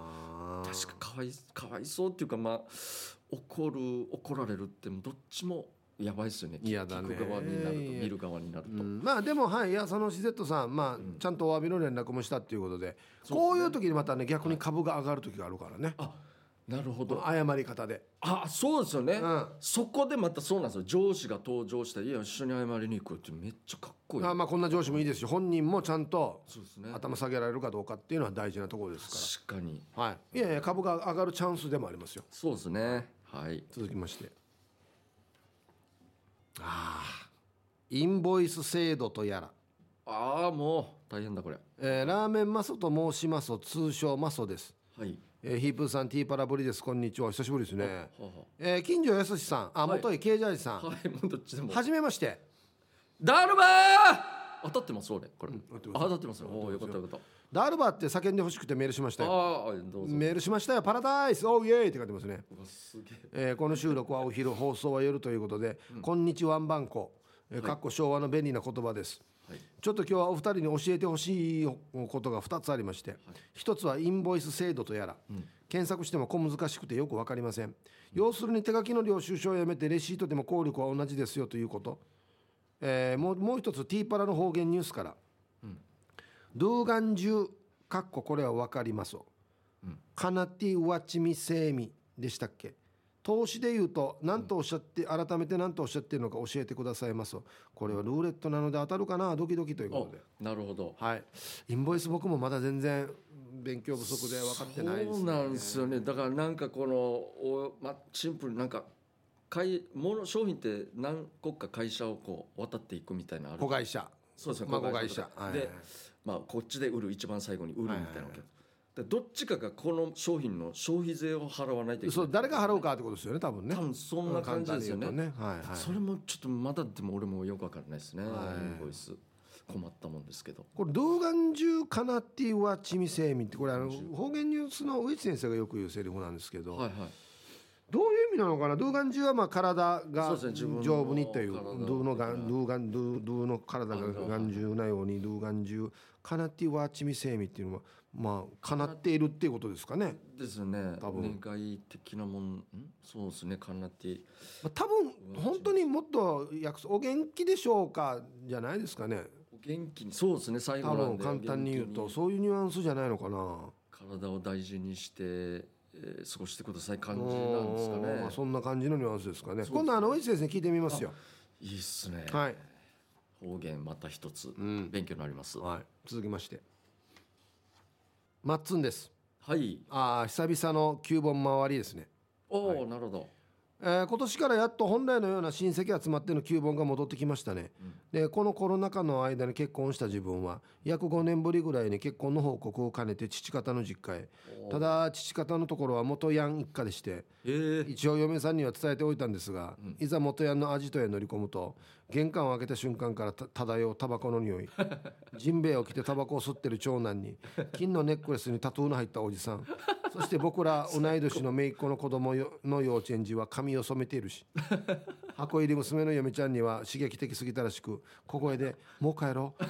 [SPEAKER 1] 確かかわいかわいそうっていうかまあ怒る怒られるってどっちもやばいですよね
[SPEAKER 2] 嫌だね
[SPEAKER 1] 聞く側になると
[SPEAKER 2] いや
[SPEAKER 1] 見る側になると、
[SPEAKER 2] うんまあでもはいいやそのシゼットさんまあ、
[SPEAKER 1] ん
[SPEAKER 2] ちゃんとお詫びの連絡もしたっていうこと
[SPEAKER 1] そう
[SPEAKER 2] で
[SPEAKER 1] ですね
[SPEAKER 2] こういう時にまたね逆に株が上がる時があるからね、
[SPEAKER 1] あなるほ
[SPEAKER 2] こ
[SPEAKER 1] ど
[SPEAKER 2] の謝り方で、
[SPEAKER 1] あそうですよね、
[SPEAKER 2] うん
[SPEAKER 1] そこでまたそうなんですよ上司が登場して「いや一緒に謝りに行く」ってめっちゃかっこいい
[SPEAKER 2] あまあこんな上司もいいですし本人もちゃんと
[SPEAKER 1] そうですね
[SPEAKER 2] 頭下げられるかどうかっていうのは大事なところです
[SPEAKER 1] 確かに
[SPEAKER 2] から、はい、いやいや株が上がるチャンスでもありますよ
[SPEAKER 1] そうですねはい
[SPEAKER 2] 続きましてああインボイス制度とやら
[SPEAKER 1] ああもう大変だこれ
[SPEAKER 2] えーラーメンマソと申します通称マソです、
[SPEAKER 1] はい
[SPEAKER 2] えーヒープーさんティーパラブリですこんにちはお久しぶりですね
[SPEAKER 1] はは
[SPEAKER 2] えー近所やすしさんあ
[SPEAKER 1] はい
[SPEAKER 2] 元井慶ジャージさん、
[SPEAKER 1] はい、もうどっちでも。
[SPEAKER 2] はじめまして
[SPEAKER 1] ダルマー当たってます俺これ、
[SPEAKER 2] 当たってます
[SPEAKER 1] あ当たってますおおよかったよかっ
[SPEAKER 2] ダールバーって叫んでほしくてメールしましたたよ
[SPEAKER 1] ああどうぞ
[SPEAKER 2] メールしましたよパラダイスおうイエーイって書いてますね、
[SPEAKER 1] うわすげえ
[SPEAKER 2] えーこの収録はお昼放送は夜ということで、こんにちはワンバンコ、えーかっこ昭和の便利な言葉です、
[SPEAKER 1] はい
[SPEAKER 2] ちょっと今日はお二人に教えてほしいことが2つありまして、一つはインボイス制度とやら、検索しても小難しくてよく分かりません、要するに手書きの領収書をやめてレシートでも効力は同じですよということ、えーもうもう一つ T パラの方言ニュースから「ドゥーガンジュかっここれは分かります」カナティウワチミセイミでしたっけ投資で言うと何とおっしゃって、改めて何とおっしゃってるのか教えてくださいますこれはルーレットなので当たるかなドキドキというこ
[SPEAKER 1] お
[SPEAKER 2] とで
[SPEAKER 1] なるほど
[SPEAKER 2] はいインボイス僕もまだ全然勉強不足で分かってないです、
[SPEAKER 1] そうなんですよねだからなんかこのお、ま、シンプルになんか買い物商品って何個か会社をこう渡っていくみたいなのある
[SPEAKER 2] 子会社
[SPEAKER 1] そうですね
[SPEAKER 2] 孫会社
[SPEAKER 1] 子会社
[SPEAKER 2] はい
[SPEAKER 1] で、まあ、こっちで売る一番最後に売るみたいなわけ、
[SPEAKER 2] はいはいはい
[SPEAKER 1] でどっちかがこの商品の消費税を払わないといけない
[SPEAKER 2] そう誰が払うかってことですよね多分ね
[SPEAKER 1] 多分そんな感じですよね,、
[SPEAKER 2] 簡単に言うとはいはい
[SPEAKER 1] それもちょっとまだでも俺もよくわからないですね、
[SPEAKER 2] はい
[SPEAKER 1] インボイス困ったもんですけど
[SPEAKER 2] これ「童顔中かなっていうはちみせいみ」ってこれあの方言ニュースの上地先生がよく言うセリフなんですけど、
[SPEAKER 1] はいはい
[SPEAKER 2] どういう意味なのかな童顔中はまあ体
[SPEAKER 1] そ
[SPEAKER 2] が
[SPEAKER 1] うですね自分の
[SPEAKER 2] 丈夫にという
[SPEAKER 1] 体
[SPEAKER 2] 童のが童顔童童の体
[SPEAKER 1] あ
[SPEAKER 2] が
[SPEAKER 1] の
[SPEAKER 2] 頑丈なように童顔中かなっていうはちみせいみっていうのはまあかなっているっていうことですかね、
[SPEAKER 1] ですよね
[SPEAKER 2] 多分
[SPEAKER 1] お願い的なもんんそうですねカンナティ
[SPEAKER 2] まあ、多分本当にもっと訳すお元気でしょうかじゃないですかね
[SPEAKER 1] お元気にそうですね最後
[SPEAKER 2] 多
[SPEAKER 1] なん
[SPEAKER 2] 分
[SPEAKER 1] で
[SPEAKER 2] 簡単に言う
[SPEAKER 1] お
[SPEAKER 2] と
[SPEAKER 1] 元
[SPEAKER 2] そういうニュアンスじゃないのかな
[SPEAKER 1] 気に体を大事にして、えー過ごしてください感じ
[SPEAKER 2] う
[SPEAKER 1] なんですか
[SPEAKER 2] んま
[SPEAKER 1] ね
[SPEAKER 2] あ、そんな感じのニュアンスですかね
[SPEAKER 1] そう
[SPEAKER 2] 今度あの上地先生に聞いてみますよ
[SPEAKER 1] いいっすね、
[SPEAKER 2] はい、
[SPEAKER 1] 方言また一つ
[SPEAKER 2] うん
[SPEAKER 1] 勉強になります、
[SPEAKER 2] はい、続きましてマッツンです
[SPEAKER 1] はい
[SPEAKER 2] ああ久々の旧盆回りですね、
[SPEAKER 1] おお、なるほど
[SPEAKER 2] えー今年からやっと本来のような親戚集まっての旧盆が戻ってきましたね、でこのコロナ禍の間に結婚した自分は約5年ぶりぐらいに結婚の報告を兼ねて父方の実家へただ父方のところは元ヤン一家でして
[SPEAKER 1] えー、
[SPEAKER 2] 一応嫁さんには伝えておいたんですが、いざ元ヤンのアジトへ乗り込むと玄関を開けた瞬間からた漂うタバコの匂いジンベエを着てタバコを吸ってる長男に金のネックレスにタトゥーの入ったおじさんそして僕 ら同い年の姪っ子の子供よの幼稚園児は髪を染めているし箱入り娘の嫁ちゃんには刺激的すぎたらしく小声で「もう帰ろう」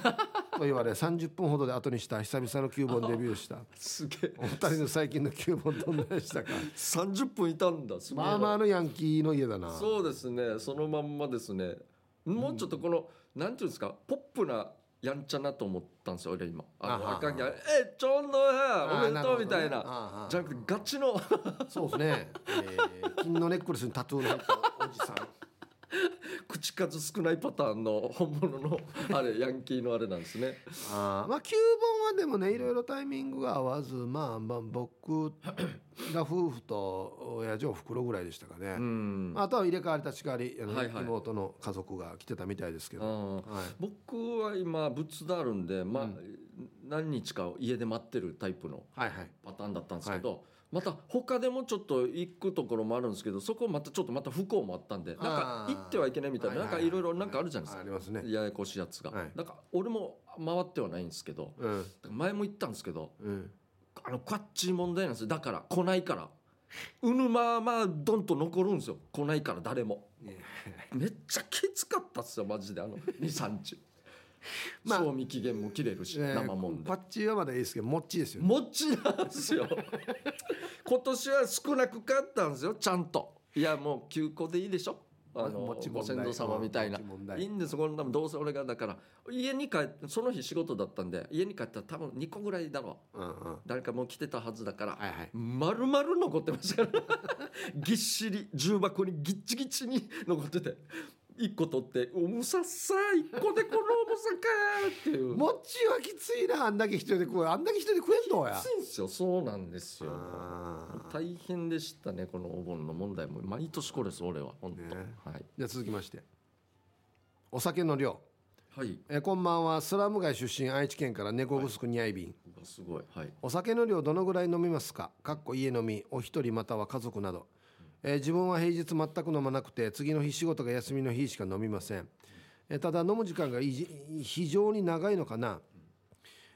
[SPEAKER 2] と言われ30分ほどで後にした久々の旧盆デビューでした。
[SPEAKER 1] すげえ
[SPEAKER 2] お二人の最近の旧盆どんなで したか
[SPEAKER 1] 30分いたんだすげえな
[SPEAKER 2] まあまあのヤンキーの家だな。
[SPEAKER 1] そうですねそのまんまですねもうちょっとこの、なんていうんですかポップなやんちゃなと思ったんですよ俺今あ
[SPEAKER 2] あは
[SPEAKER 1] の
[SPEAKER 2] は
[SPEAKER 1] 赤城えちょんのやおめでとうみたいな
[SPEAKER 2] な
[SPEAKER 1] じゃなくてガチの
[SPEAKER 2] そうですね、えー金のネックレスにタトゥーの入ったおじ さん
[SPEAKER 1] 口数少ないパターンの本物 のあれヤンキーのあれなんですね
[SPEAKER 2] あーまあ旧盆はでもねいろいろタイミングが合わずまあまあ僕が夫婦と親父お袋ぐらいでしたかね、
[SPEAKER 1] うん
[SPEAKER 2] あとは入れ替わり立ち替わりあの、
[SPEAKER 1] はいはい
[SPEAKER 2] 妹の家族が来てたみたいですけど、
[SPEAKER 1] うん
[SPEAKER 2] はい、
[SPEAKER 1] 僕は今仏壇あるんで、まあ何日か家で待ってるタイプの
[SPEAKER 2] はいはい
[SPEAKER 1] パターンだったんですけど、また他でもちょっと行くところもあるんですけどそこまたちょっとまた不幸もあったんでなんか
[SPEAKER 2] あー
[SPEAKER 1] 行ってはいけないみたいななんかいろいろなんかあるじゃないですか、
[SPEAKER 2] ありますね、
[SPEAKER 1] ややこしいやつが、
[SPEAKER 2] はい
[SPEAKER 1] なんか俺も回ってはないんですけど
[SPEAKER 2] うん
[SPEAKER 1] 前も言ったんですけど
[SPEAKER 2] うん、
[SPEAKER 1] あのこっち問題なんですよだから来ないからうぬままどんと残るんですよ来ないから誰もめっちゃきつかったっすよマジであの23日、
[SPEAKER 2] まあ
[SPEAKER 1] 賞味期限も切れるし、
[SPEAKER 2] えー
[SPEAKER 1] 生もんで
[SPEAKER 2] パッチはまだいいですけどもっちですよね
[SPEAKER 1] もちなんです よ今年は少なく買ったんですよちゃんといやもう9個でいいでしょあの
[SPEAKER 2] もち
[SPEAKER 1] ご
[SPEAKER 2] 問題
[SPEAKER 1] 先祖様みたいな
[SPEAKER 2] もち問題
[SPEAKER 1] いいんですこんなもんどうせ俺がだから家に帰ってその日仕事だったんで家に帰ったら多分2個ぐらいだろう
[SPEAKER 2] うんうんは
[SPEAKER 1] 誰かもう来てたはずだから、
[SPEAKER 2] いはい
[SPEAKER 1] 丸々残ってましたから ぎっしり重箱にぎっちぎちに残ってて1個取って「重ささ1個でこの重さか」っていう
[SPEAKER 2] もっちはきついなあんだけ一人で食うあんだけ一人で食えんのや
[SPEAKER 1] きついんですよそうなんですよ
[SPEAKER 2] あー
[SPEAKER 1] 大変でしたねこのお盆の問題も毎年これです俺は本当、
[SPEAKER 2] ね
[SPEAKER 1] はい、
[SPEAKER 2] じゃあ続きましてお酒の量
[SPEAKER 1] はい、
[SPEAKER 2] えーこんばんはスラム街出身愛知県から猫ぐすくにあいびん
[SPEAKER 1] うわすごいはい
[SPEAKER 2] お酒の量どのぐらい飲みますかかっこ家飲みお一人または家族など、えー自分は平日全く飲まなくて次の日仕事が休みの日しか飲みません、えーただ飲む時間がいじ非常に長いのかな、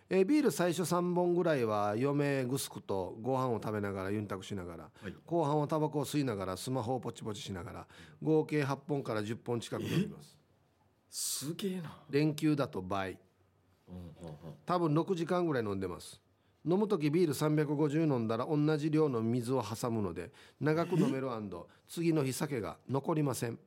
[SPEAKER 2] えービール最初3本ぐらいは嫁ぐすくとご飯を食べながらゆんたくしながら、
[SPEAKER 1] はい
[SPEAKER 2] 後半はタバコを吸いながらスマホをポチポチしながら合計8本から10本近く飲みます
[SPEAKER 1] すげえな、
[SPEAKER 2] 連休だと倍
[SPEAKER 1] うんうんうん
[SPEAKER 2] 多分6時間ぐらい飲んでます飲む時ビール350飲んだら同じ量の水を挟むので長く飲める次の日酒が残りません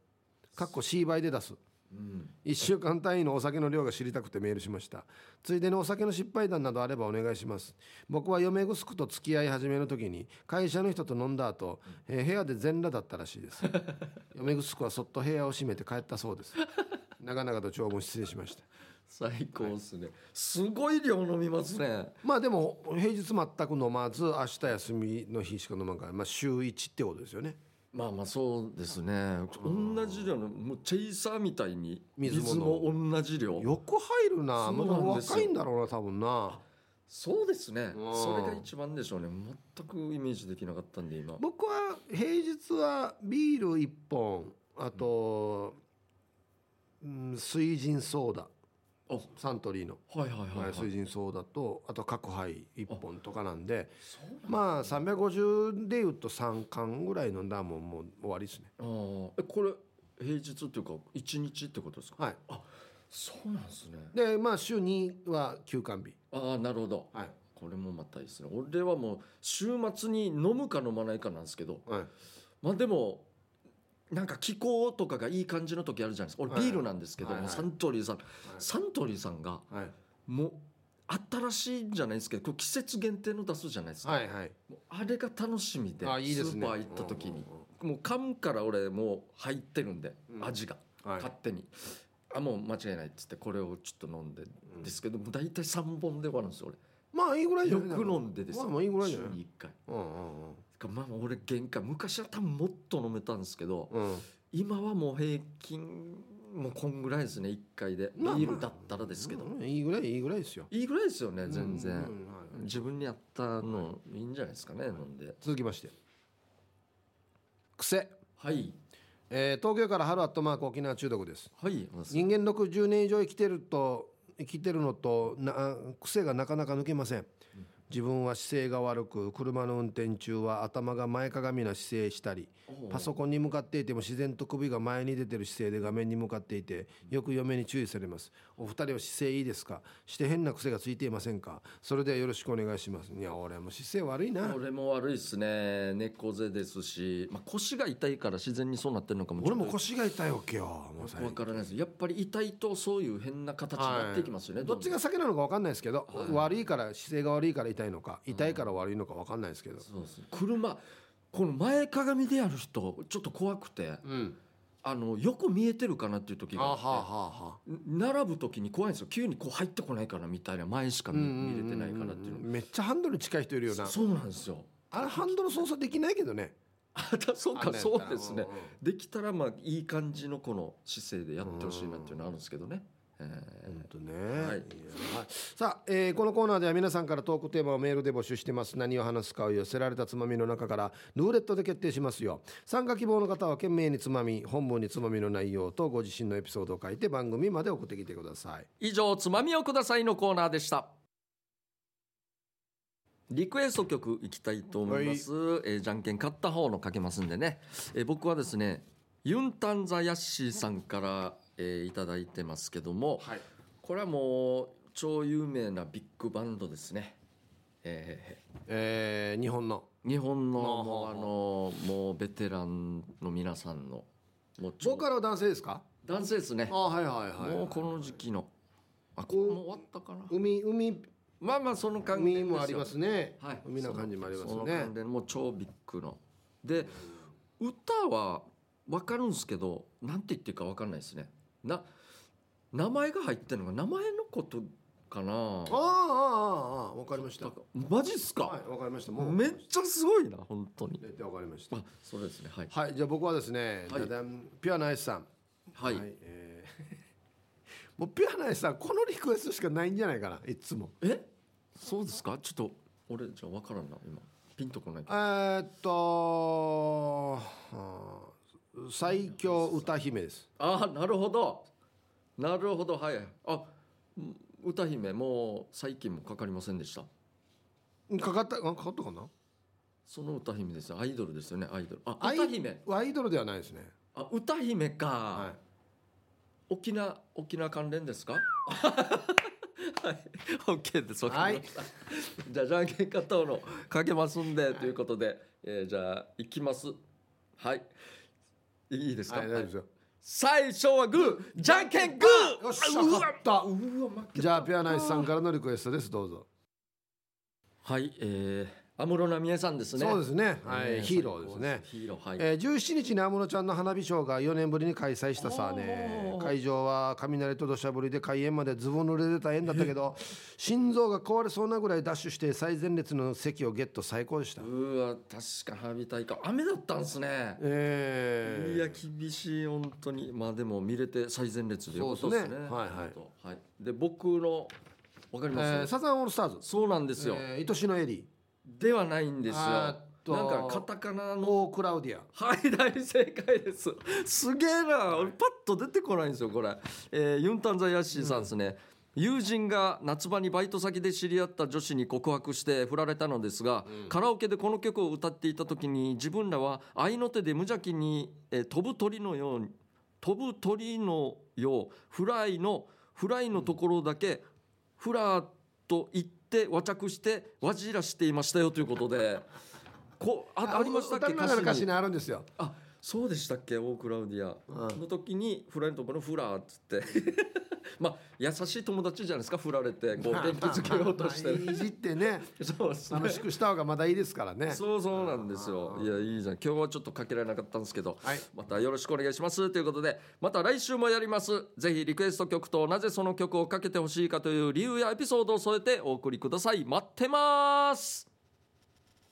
[SPEAKER 2] かっこ C 倍で出す
[SPEAKER 1] うん、
[SPEAKER 2] 1週間単位のお酒の量が知りたくてメールしましたついでにお酒の失敗談などあればお願いします僕は嫁ぐすくと付き合い始める時に会社の人と飲んだ後、えー部屋で全裸だったらし いです嫁ぐすくはそっと部屋を閉めて帰ったそうです長々と長文失礼しました
[SPEAKER 1] 最高ですね、すごい量飲みますね
[SPEAKER 2] まあでも平日全く飲まず明日休みの日しか飲まんから、まあ、週1ってことですよね
[SPEAKER 1] まあまあそうですね同じ量のもうチェイサーみたいに
[SPEAKER 2] 水
[SPEAKER 1] 水
[SPEAKER 2] も
[SPEAKER 1] も同じ量
[SPEAKER 2] よく入るな
[SPEAKER 1] そう
[SPEAKER 2] まだ
[SPEAKER 1] なんですよ
[SPEAKER 2] 若いんだろうな多分な
[SPEAKER 1] そうですね
[SPEAKER 2] うん
[SPEAKER 1] それが一番でしょうね全くイメージできなかったんで今
[SPEAKER 2] 僕は平日はビール1本あと、うん、水人ソーダ
[SPEAKER 1] あは
[SPEAKER 2] サントリーの、
[SPEAKER 1] いはいはい、はい、
[SPEAKER 2] 水人ソーダとあと角杯1本とかなんで
[SPEAKER 1] そうなん
[SPEAKER 2] まあ350でいうと3缶ぐらい飲んだらもうもう終わりですね
[SPEAKER 1] あーえこれ平日っていうか一日ってことですか
[SPEAKER 2] はい
[SPEAKER 1] そうなんですね
[SPEAKER 2] でまあ週2は休館日
[SPEAKER 1] ああなるほど
[SPEAKER 2] はい
[SPEAKER 1] これもまたいいですね俺はもう週末に飲むか飲まないかなんですけど
[SPEAKER 2] はい
[SPEAKER 1] まあでもなんか気候とかがいい感じの時あるじゃないですか
[SPEAKER 2] は
[SPEAKER 1] 俺
[SPEAKER 2] い
[SPEAKER 1] ビールなんですけど、
[SPEAKER 2] はいはい
[SPEAKER 1] もうサントリーさん、サントリーさんが
[SPEAKER 2] はい
[SPEAKER 1] もう新しいんじゃないですけどこう季節限定の出すじゃないですか、
[SPEAKER 2] はいはい
[SPEAKER 1] もうあれが楽しみで
[SPEAKER 2] あいいです
[SPEAKER 1] スー
[SPEAKER 2] ね
[SPEAKER 1] パー行った時に、
[SPEAKER 2] うんうん
[SPEAKER 1] もう缶から俺もう入ってるんで、
[SPEAKER 2] うん
[SPEAKER 1] 味が、
[SPEAKER 2] うんはい
[SPEAKER 1] 勝手にあもう間違いないっつってこれをちょっと飲んで、
[SPEAKER 2] うん
[SPEAKER 1] ですけどもう大体3本で終わるんですよ
[SPEAKER 2] まあいいぐらい
[SPEAKER 1] 俺
[SPEAKER 2] じゃ
[SPEAKER 1] よ
[SPEAKER 2] ない
[SPEAKER 1] く飲んでです
[SPEAKER 2] ま
[SPEAKER 1] よ
[SPEAKER 2] あまあいいぐらいじ
[SPEAKER 1] 週
[SPEAKER 2] ゃない
[SPEAKER 1] に1回
[SPEAKER 2] うんうん
[SPEAKER 1] まあまあ俺限界昔は多分もっと飲めたんですけど
[SPEAKER 2] うんうん
[SPEAKER 1] 今はもう平均もうこんぐらいですね1回でビ
[SPEAKER 2] まあまあ
[SPEAKER 1] ールだったらですけど、
[SPEAKER 2] うんいいぐらいいいぐらいですよ
[SPEAKER 1] いいぐらいですよね全然、
[SPEAKER 2] うんうんはい
[SPEAKER 1] 自分に合ったのいいんじゃないですかね飲んで
[SPEAKER 2] 続きまして癖、
[SPEAKER 1] はい
[SPEAKER 2] えー東京から春アットマーク沖縄中毒です
[SPEAKER 1] はい
[SPEAKER 2] 人間60年以上生きてると生きてるのとな癖がなかなか抜けません自分は姿勢が悪く車の運転中は頭が前かがみな姿勢したりパソコンに向かっていても自然と首が前に出てる姿勢で画面に向かっていてよく嫁に注意されますお二人は姿勢いいですかして変な癖がついていませんかそれではよろしくお願いしますいや俺はもう姿勢悪いな
[SPEAKER 1] 俺も悪いっすね猫背ですし、まあ、腰が痛いから自然にそうなってるのかも
[SPEAKER 2] 俺も
[SPEAKER 1] ちょっ
[SPEAKER 2] 腰が痛いわけよも
[SPEAKER 1] と
[SPEAKER 2] う最
[SPEAKER 1] よくわ
[SPEAKER 2] 近
[SPEAKER 1] からないですやっぱり痛いとそういう変な形になっていきますよね、
[SPEAKER 2] どっち
[SPEAKER 1] ど
[SPEAKER 2] が
[SPEAKER 1] ん
[SPEAKER 2] 先なのか分かんないですけど、悪いから姿勢が悪いから痛いのか痛いから悪いのか分かんないですけど、
[SPEAKER 1] どんそうです車この前かがみでやる人ちょっと怖くて
[SPEAKER 2] うん、
[SPEAKER 1] あの横見えてるかなっていう時
[SPEAKER 2] あ
[SPEAKER 1] があ
[SPEAKER 2] はあ
[SPEAKER 1] って
[SPEAKER 2] はあはあ
[SPEAKER 1] 並ぶ時に怖いんですよ急にこう入ってこないかなみたいな前しか見見れてないかなっていううん
[SPEAKER 2] めっちゃハンドル近い人いるよな
[SPEAKER 1] そうなんですよ
[SPEAKER 2] あれハンドル操作できないけどね
[SPEAKER 1] あだそう
[SPEAKER 2] あん
[SPEAKER 1] か
[SPEAKER 2] なんや
[SPEAKER 1] そ
[SPEAKER 2] ったら
[SPEAKER 1] うですね
[SPEAKER 2] うんうん
[SPEAKER 1] できたらまあいい感じのこの姿勢でやってほしいなっていうのはあるんですけどね、えー
[SPEAKER 2] 本当ね、
[SPEAKER 1] はい
[SPEAKER 2] いやはいさあ、えーこのコーナーでは皆さんからトークテーマをメールで募集してます何を話すかを寄せられたつまみの中からルーレットで決定しますよ参加希望の方は懸命につまみ本文につまみの内容とご自身のエピソードを書いて番組まで送ってきてください
[SPEAKER 1] 以上「つまみをください」のコーナーでしたリクエスト曲いきたいと思います、えーじゃんけん勝った方のかけますんでね、えー僕はですねユンタンザヤッシーさんから、えーいただいてますけども、
[SPEAKER 2] はい
[SPEAKER 1] これはもう超有名なビッグバンドですね、え
[SPEAKER 2] えー日本の
[SPEAKER 1] ー日本の
[SPEAKER 2] ほう
[SPEAKER 1] もうあのもうベテランの皆さんのもう
[SPEAKER 2] ボ
[SPEAKER 1] 超
[SPEAKER 2] ーカルは男性ですか
[SPEAKER 1] 男性ですね
[SPEAKER 2] あはいはい
[SPEAKER 1] もうこの時期のあこれもう終わったかな
[SPEAKER 2] 海海
[SPEAKER 1] まあまあその関連
[SPEAKER 2] 海もありますね、
[SPEAKER 1] はい、
[SPEAKER 2] 海の感じもあります
[SPEAKER 1] そのその
[SPEAKER 2] ね
[SPEAKER 1] 関連も超ビッグので歌は分かるんですけどなんて言ってるか分かんないですねな名前が入ってるのが名前のことかな
[SPEAKER 2] ああああああわかりました
[SPEAKER 1] だからマジっすか、
[SPEAKER 2] はいわかりましたもう
[SPEAKER 1] めっちゃすごいな本当に
[SPEAKER 2] 出てわかりました
[SPEAKER 1] あそうですねはい
[SPEAKER 2] はい、じゃあ僕はですね、
[SPEAKER 1] はい
[SPEAKER 2] じゃじゃんピュアナイスさん。
[SPEAKER 1] はい、
[SPEAKER 2] えー もうピュアナイスさん、このリクエストしかないんじゃないかな、いつも。
[SPEAKER 1] えそうですかちょっと俺じゃ分からんな今ピンとこない
[SPEAKER 2] えーっと、あー最強歌姫です。
[SPEAKER 1] ああなるほどなるほどはいあん歌姫もう最近もかかりませんでした
[SPEAKER 2] かかったあかかったかな
[SPEAKER 1] その歌姫ですよアイドルですよねアイドルあ
[SPEAKER 2] アイ
[SPEAKER 1] 歌姫
[SPEAKER 2] アイドルではないですね
[SPEAKER 1] あ歌姫か、
[SPEAKER 2] は
[SPEAKER 1] 沖縄沖縄関連ですかはい、オッケーです。わかりました。じゃあじゃんけん片方のかけますんで、ということで、えーじゃあ行きます。はい。いいです
[SPEAKER 2] い、
[SPEAKER 1] か。
[SPEAKER 2] はい、大丈夫ですよ
[SPEAKER 1] 最初はグー、じゃんけんグー。
[SPEAKER 2] よっしゃ
[SPEAKER 1] あうわ
[SPEAKER 2] 勝った
[SPEAKER 1] うわ負けた
[SPEAKER 2] じゃあピアナイスさんからのリクエストですどうぞ、
[SPEAKER 1] はい、えー、安室奈美恵さんですね。
[SPEAKER 2] そうですね、
[SPEAKER 1] ね。
[SPEAKER 2] はい、ヒーローですね
[SPEAKER 1] ヒーローはい。
[SPEAKER 2] えー、17日に安室ちゃんの花火ショーが4年ぶりに開催したさね
[SPEAKER 1] おー
[SPEAKER 2] 会場は雷と土砂降りで開演までズボン濡れで大変だったけど心臓が壊れそうなぐらいダッシュして最前列の席をゲット最高でした
[SPEAKER 1] うわ確か花火大会雨だったんですね。
[SPEAKER 2] えー、
[SPEAKER 1] いや厳しい本当にまあでも見れて最前列でよかったです
[SPEAKER 2] そ
[SPEAKER 1] ね
[SPEAKER 2] うですねはいはい
[SPEAKER 1] 本当はいで僕のわかり
[SPEAKER 2] え
[SPEAKER 1] ます、
[SPEAKER 2] ーサザンオールスターズ、
[SPEAKER 1] そうなんですよ、
[SPEAKER 2] えー、愛しのエリ
[SPEAKER 1] ではないんですよ
[SPEAKER 2] あーっと
[SPEAKER 1] なんかカタカナ
[SPEAKER 2] ー
[SPEAKER 1] の
[SPEAKER 2] オークラウディア
[SPEAKER 1] はい大正解ですすげえな俺パッと出てこないんですよこれ、えーユンタンザヤッシーさんですね、友人が夏場にバイト先で知り合った女子に告白して振られたのですが、カラオケでこの曲を歌っていた時に自分らは合いの手で無邪気に、えー飛ぶ鳥のように飛ぶ鳥のようフライのフライのところだけフラーと言って和着してわじらしていましたよということで。こあありましたっけ
[SPEAKER 2] 歌の中の
[SPEAKER 1] 歌
[SPEAKER 2] 歌
[SPEAKER 1] 詞に
[SPEAKER 2] 詞にあるんですよ
[SPEAKER 1] あそうでしたっけオークラウディア、
[SPEAKER 2] うん
[SPEAKER 1] の時にフライのところのフラーっつって まあ優しい友達じゃないですか振られてこう元気づけようとして
[SPEAKER 2] まあまあまあいじってね
[SPEAKER 1] そうですね
[SPEAKER 2] 楽しくした方がまだいいですからね
[SPEAKER 1] そうそうなんですよいやいいじゃん今日はちょっとかけられなかったんですけど、
[SPEAKER 2] はい
[SPEAKER 1] またよろしくお願いしますということでまた来週もやりますぜひリクエスト曲となぜその曲をかけてほしいかという理由やエピソードを添えてお送りください待ってます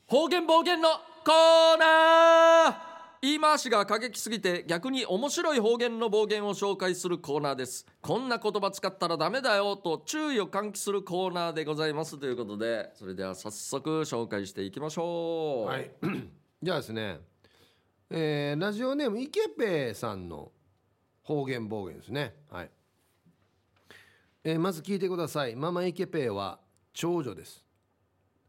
[SPEAKER 1] 方言暴言のコーナー言い回しが過激すぎて逆に面白い方言の暴言を紹介するコーナーですこんな言葉使ったらダメだよと注意を喚起するコーナーでございますということでそれでは早速紹介していきましょう、
[SPEAKER 2] はい、 じゃあですね、えーラジオネーム池ペさんの方言暴言ですね、はいえーまず聞いてくださいママ池ペは長女です、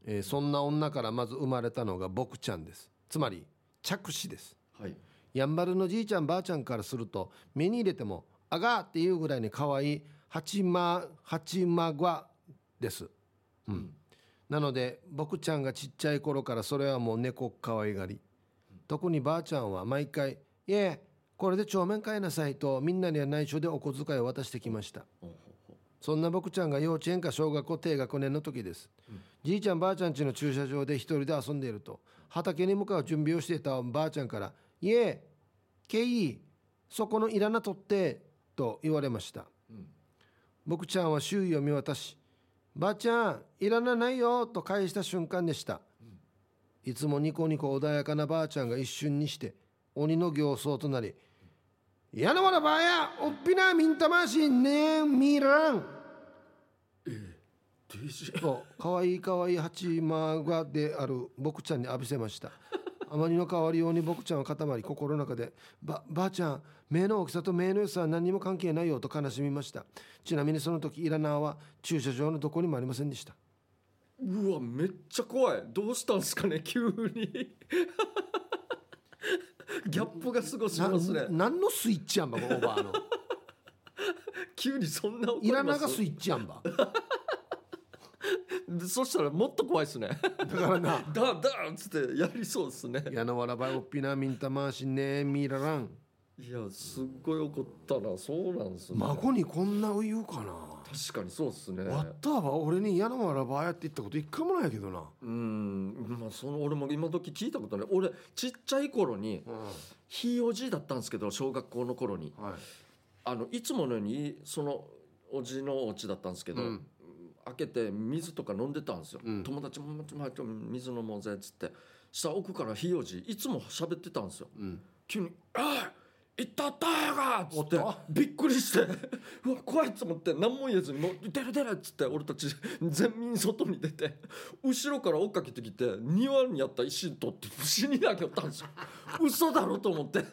[SPEAKER 2] えーそんな女からまず生まれたのが僕ちゃんですつまり着手です
[SPEAKER 1] はい、
[SPEAKER 2] やんばるのじいちゃんばあちゃんからすると目に入れても「あが」っていうぐらいに可愛いハチマハチマガです、うんなので僕ちゃんがちっちゃい頃からそれはもう猫可愛がり特にばあちゃんは毎回「いえこれで帳面買いなさい」とみんなには内緒でお小遣いを渡してきましたそんな僕ちゃんが幼稚園か小学校低学年の時です、じいちゃんばあちゃん家の駐車場で一人で遊んでいると畑に向かう準備をしていたばあちゃんから「いえケイそこのいらな取って」と言われました、僕ちゃんは周囲を見渡し「ばあちゃんいらなないよ」と返した瞬間でした、いつもニコニコ穏やかなばあちゃんが一瞬にして鬼の形相となり「やなわらばあやおっぴなみんたましねえみらん」そう可愛い可愛い八マがである僕ちゃんに浴びせましたあまりの変わりように僕ちゃんは固まり心の中で「ばばあちゃん目の大きさと目の良さは何にも関係ないよ」と悲しみましたちなみにその時イラナーは駐車場のどこにもありませんでした
[SPEAKER 1] うわめっちゃ怖いどうしたんですかね急にギャップがすごすぎますね
[SPEAKER 2] な何のスイッチやんばこれオーバーの
[SPEAKER 1] 急にそんな怒
[SPEAKER 2] イ
[SPEAKER 1] り
[SPEAKER 2] ラ
[SPEAKER 1] ま
[SPEAKER 2] ナ
[SPEAKER 1] す
[SPEAKER 2] ーがスイッチやんば
[SPEAKER 1] でそしたらもっと怖いですね
[SPEAKER 2] だからな
[SPEAKER 1] ダーダーっつってやりそうですね
[SPEAKER 2] 「やなわらばいおっぴなみんたましねえみららん
[SPEAKER 1] いやすっごい怒ったなそうなんです」ね
[SPEAKER 2] 孫にこんな言うかな
[SPEAKER 1] 確かにそうですね
[SPEAKER 2] わったわ俺に「やなわらばや」って言ったこと一回もないけどな、
[SPEAKER 1] うんまあその俺も今時聞いたことない俺ちっちゃい頃にひいおじいだったんですけど小学校の頃に
[SPEAKER 2] はい
[SPEAKER 1] あのいつものようにそのおじのお家だったんですけど、
[SPEAKER 2] うん
[SPEAKER 1] 開けて水とか飲んでたんですよ、
[SPEAKER 2] うん
[SPEAKER 1] 友達も「まあちょ水飲もうぜ」っつってしたら奥からひいおじいいつも喋ってたんですよ
[SPEAKER 2] うん
[SPEAKER 1] 急に「あい行ったったやが!」っつって
[SPEAKER 2] おっと
[SPEAKER 1] びっくりして 「うわ怖い」と思って何も言えずに「もう出る出る」っつって俺たち全員外に出て後ろから追っかけてきて庭にあった石取って死に投げよったんですよ嘘だろと思ってで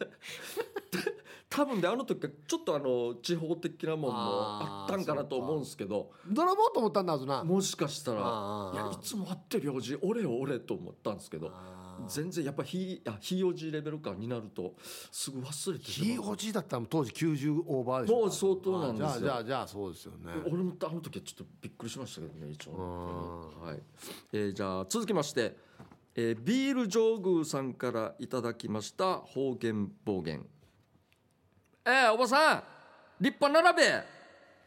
[SPEAKER 3] 多分であの時からちょっとあの地方的なもんもあ
[SPEAKER 1] あー
[SPEAKER 3] ったんかなと思うんですけど
[SPEAKER 2] 泥棒と思ったんだはずな
[SPEAKER 3] もしかしたら
[SPEAKER 1] あー
[SPEAKER 3] いやいつも会ってるよおじ俺よ俺と思ったんですけど全然やっぱひあひいおじレベル感になるとすぐ忘れてしまう
[SPEAKER 2] ひいおじいだったら当時90オーバーでしょ
[SPEAKER 3] もう相当なんですよ
[SPEAKER 2] あじゃあじゃあじゃあそうですよね
[SPEAKER 3] 俺もあの時はちょっとびっくりしましたけどね一応、はいえーじゃあ続きまして、えービール上宮さんからいただきました方言暴言えー、おばさん立派並べ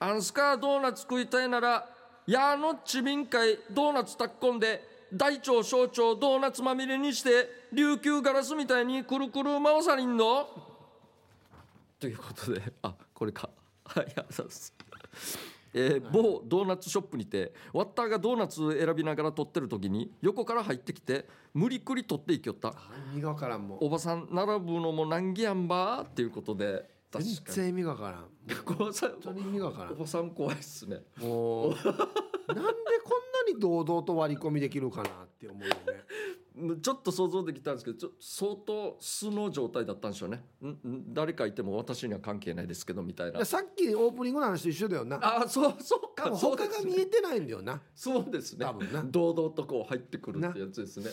[SPEAKER 3] あんすかドーナツ食いたいなら矢野地民会ドーナツ炊っ込んで大腸小腸ドーナツまみれにして琉球ガラスみたいにくるくる回さりんのということであこれかはいありがとうございますえー某ドーナツショップにてワッターがドーナツ選びながら撮ってる時に横から入ってきて無理くり撮っていきよった
[SPEAKER 2] 意味がわからんもう
[SPEAKER 3] おばさん並ぶのも難儀やんばーっていうことで確
[SPEAKER 2] 全
[SPEAKER 3] か
[SPEAKER 2] 然意味がわからんもう
[SPEAKER 3] におばさん
[SPEAKER 2] 本当に意味がわから
[SPEAKER 3] お
[SPEAKER 2] ん
[SPEAKER 3] ばさん怖いっすね
[SPEAKER 2] もうなんでこんなに堂々と割り込みできるかなって 思うよね
[SPEAKER 3] ちょっと想像できたんですけどちょ相当素の状態だったんでしょうねんん誰かいても私には関係ないですけどみたい
[SPEAKER 2] い
[SPEAKER 3] な
[SPEAKER 2] やさっきオープニングの話と一緒だよな
[SPEAKER 3] あそうそう
[SPEAKER 2] 多
[SPEAKER 3] か
[SPEAKER 2] 分
[SPEAKER 3] そう
[SPEAKER 2] 他
[SPEAKER 3] で
[SPEAKER 2] が
[SPEAKER 3] すね
[SPEAKER 2] 見えてないんだよな
[SPEAKER 3] そうですね
[SPEAKER 2] 多分な
[SPEAKER 3] 堂々とこう入ってくるってやつですね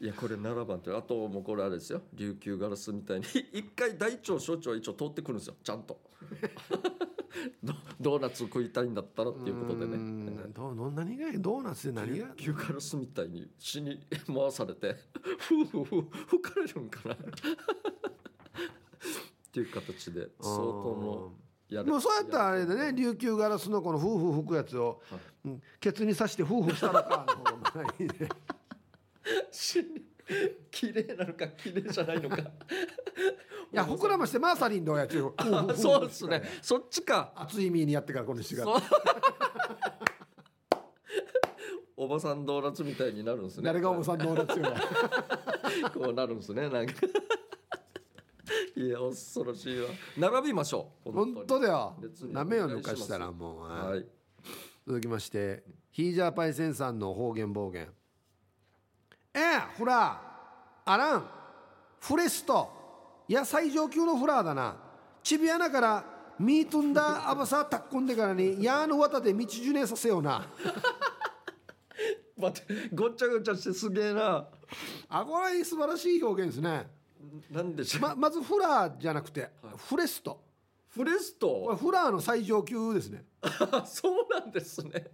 [SPEAKER 3] いやこれ7番とあともうこれあれですよ琉球ガラスみたいに 一回大腸小腸は一応通ってくるんですよちゃんと ドドーナツ食いたいんだったらっていうことで
[SPEAKER 2] うー
[SPEAKER 3] ね
[SPEAKER 2] んどうどんなにがドーナツで何が
[SPEAKER 3] 琉球ガラスみたいに死に 回されてふうふうふう吹かれるんかな っていう形で相当のやれ
[SPEAKER 2] もうそうやったらあれだね琉球ガラスのこの夫婦吹くやつを、うんケツに刺して夫婦したのかの方がいいね
[SPEAKER 3] 死に 綺麗なのか綺麗じゃな いのか
[SPEAKER 2] いや膨らましてマーサリンのやつ を夫婦吹く
[SPEAKER 3] そうですねそっちか
[SPEAKER 2] 熱い身にやってからこの人が
[SPEAKER 3] そうおばさんドーナツみたいになるんですね。
[SPEAKER 2] 誰がおばさんドーナツより
[SPEAKER 3] こうなるんですね。なんか いや恐ろしいわ。並びましょう。
[SPEAKER 2] 本当だよ
[SPEAKER 3] 別に
[SPEAKER 2] なめを抜かしたらもう、
[SPEAKER 3] はい。はい
[SPEAKER 2] 続きましてヒージャーパイセンさんの方言暴言ええほらアランフレストいや最上級のフラーだなチビ穴からミートンダーアバサータッコんでからにヤーの綿で道順ねさせような
[SPEAKER 3] 待ってごちゃごちゃしてすげえな。
[SPEAKER 2] あこれ素晴らしい表現ですね
[SPEAKER 3] なんでしょう。
[SPEAKER 2] ままずフラーじゃなくてフレスト
[SPEAKER 3] フレス
[SPEAKER 2] これ
[SPEAKER 3] ト。
[SPEAKER 2] フラーの最上級ですね
[SPEAKER 3] そうなんですね。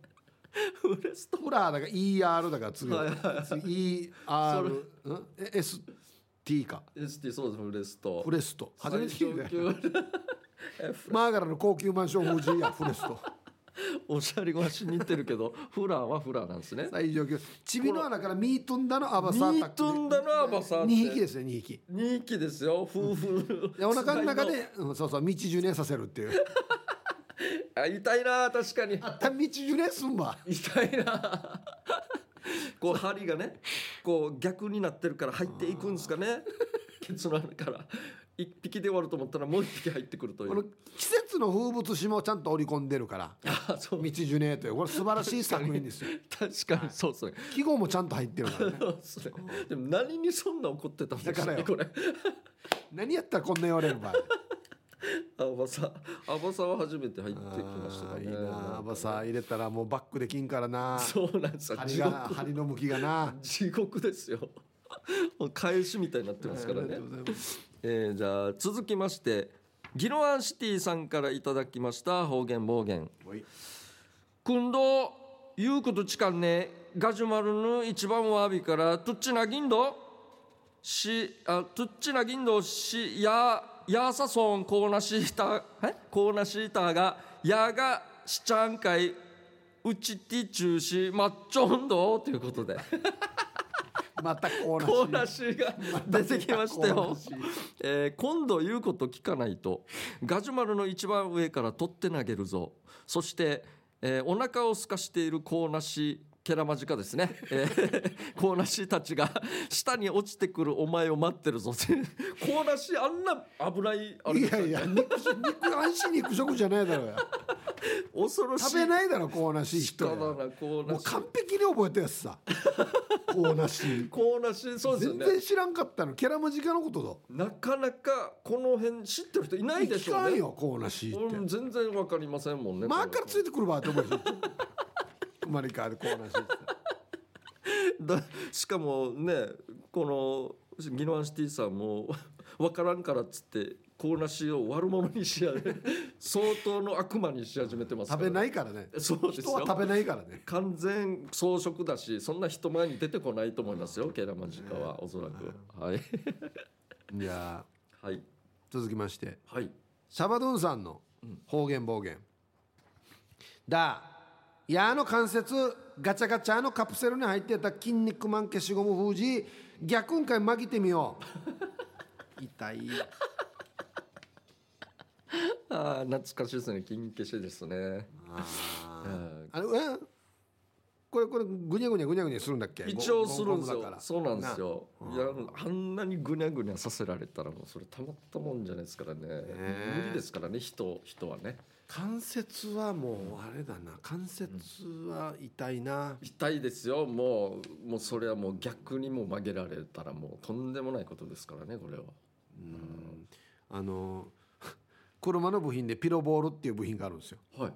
[SPEAKER 3] フレスト。
[SPEAKER 2] フラーだから ER だから次
[SPEAKER 3] はい
[SPEAKER 2] ERST か
[SPEAKER 3] ST そうですフレスト
[SPEAKER 2] フ。レスト初めて聞いたよ
[SPEAKER 3] 最上級
[SPEAKER 2] マーガラの高級マンション風神やフレスト
[SPEAKER 3] おしゃれ越しに似てるけどフラーはフラーなんですね。
[SPEAKER 2] 最上級チビの穴からミートンダのアバ
[SPEAKER 3] ミ
[SPEAKER 2] サー
[SPEAKER 3] ートンダのアバサーって
[SPEAKER 2] 2匹ですね2匹
[SPEAKER 3] 人気ですよ夫婦
[SPEAKER 2] でお腹の中で、うん、そうそう道順ねさせるっていう
[SPEAKER 3] あ痛いな確かに
[SPEAKER 2] 道順ねすんば
[SPEAKER 3] 痛いな こう針がねこう逆になってるから入っていくんですかねケツの穴から一匹で終わると思ったらもう一匹入ってくるとい
[SPEAKER 2] この
[SPEAKER 3] う
[SPEAKER 2] 季節の風物詩もちゃんと織り込んでるから
[SPEAKER 3] あ
[SPEAKER 2] 道
[SPEAKER 3] そう
[SPEAKER 2] 順ねというこれ素晴らしい作品ですよ
[SPEAKER 3] 確かにそうですね
[SPEAKER 2] 季語もちゃんと入ってるからね
[SPEAKER 3] そうっすねでも何にそんな怒ってたんですかね
[SPEAKER 2] だ
[SPEAKER 3] こ
[SPEAKER 2] か
[SPEAKER 3] れ
[SPEAKER 2] 何やったらこんな言われる 場合
[SPEAKER 3] アバサアバサは初めて入ってきました
[SPEAKER 2] あー
[SPEAKER 3] かね
[SPEAKER 2] いいなアバサー入れたらもうバックできんからな
[SPEAKER 3] そうなんですよ
[SPEAKER 2] 針
[SPEAKER 3] 地
[SPEAKER 2] が
[SPEAKER 3] 獄
[SPEAKER 2] 針の向きがな
[SPEAKER 3] 地獄ですよ もう返しみたいになってますからねえーじゃあ続きましてギノアンシティさんからいただきました方言暴言
[SPEAKER 2] はい
[SPEAKER 3] 「くんど言うことちかんねガジュマルの一番わびからトゥッチなぎんどしあトゥッチなぎんどしややさそんこうなしーたえこうなしーたがやがしちゃんかいうちてちゅうしまっちょんど」ということで。
[SPEAKER 2] またコーナ
[SPEAKER 3] コ
[SPEAKER 2] ー
[SPEAKER 3] ーナー集が出てきました
[SPEAKER 2] コーナ
[SPEAKER 3] よ
[SPEAKER 2] ー集、
[SPEAKER 3] えー今度言うこと聞かないとガジュマルの一番上から取って投げるぞそして、えーお腹を空かしているコーナシケラマジカですね、えーコーナシたちが下に落ちてくるお前を待ってるぞ ってコーナシあんな危ないあれ
[SPEAKER 2] い
[SPEAKER 3] です
[SPEAKER 2] や
[SPEAKER 3] よ
[SPEAKER 2] いや肉肉安心肉食じゃないだろうよ
[SPEAKER 3] 恐ろしい
[SPEAKER 2] 食べないだろコーナシー人
[SPEAKER 3] 人
[SPEAKER 2] や
[SPEAKER 3] だなこう
[SPEAKER 2] も
[SPEAKER 3] な
[SPEAKER 2] う
[SPEAKER 3] し
[SPEAKER 2] 完璧に覚えたやつさコーナシー
[SPEAKER 3] こうなしそうですよ
[SPEAKER 2] 全
[SPEAKER 3] ね
[SPEAKER 2] 然知らんかったのキャラ文字化のことだ
[SPEAKER 3] なかなかこの辺知ってる人いないでし
[SPEAKER 2] 聞
[SPEAKER 3] ょ
[SPEAKER 2] か
[SPEAKER 3] うんね
[SPEAKER 2] よコーナシーって
[SPEAKER 3] 俺も全然わかりませんもんね
[SPEAKER 2] マーからつ
[SPEAKER 3] い
[SPEAKER 2] いてくるわって思うでしょ生まれ変わるコーナシーって
[SPEAKER 3] だしかもねこのギノワンシティさんも わからんからっつってコーナシを悪者にしや で相当の悪魔にし始めてます
[SPEAKER 2] 食べないいからね
[SPEAKER 3] そうです
[SPEAKER 2] 人は
[SPEAKER 3] よ
[SPEAKER 2] 食べないからね
[SPEAKER 3] 完全装飾だしそんな人前に出てこないと思いますよケラマジカはおそらくはい
[SPEAKER 2] じゃあ
[SPEAKER 3] はい
[SPEAKER 2] 続きまして
[SPEAKER 3] はい
[SPEAKER 2] シャバドゥンさんの方言暴言、だやーの関節ガチャガチャのカプセルに入ってた筋肉マン消しゴム封じ逆んかい曲げてみよ う痛い
[SPEAKER 3] ああ懐かしいですね金消しですねうん
[SPEAKER 2] あれえこれこれぐにゃぐにゃぐにゃぐにゃするんだっけ
[SPEAKER 3] 一応するんで
[SPEAKER 2] ゴム
[SPEAKER 3] す
[SPEAKER 2] だ
[SPEAKER 3] よ
[SPEAKER 2] から
[SPEAKER 3] そうなんですよいやあんなにぐにゃぐにゃさせられたらもうそれたまったもんじゃないですからね
[SPEAKER 2] え
[SPEAKER 3] 無理ですからね人人はね
[SPEAKER 2] 関節はもうあれだな関節は痛いな、
[SPEAKER 3] 痛いですよもうもうそれはもう逆にもう曲げられたらもうとんでもないことですからねこれは
[SPEAKER 2] あの 車の部品でピロボールっていう部品があるんですよ
[SPEAKER 3] はい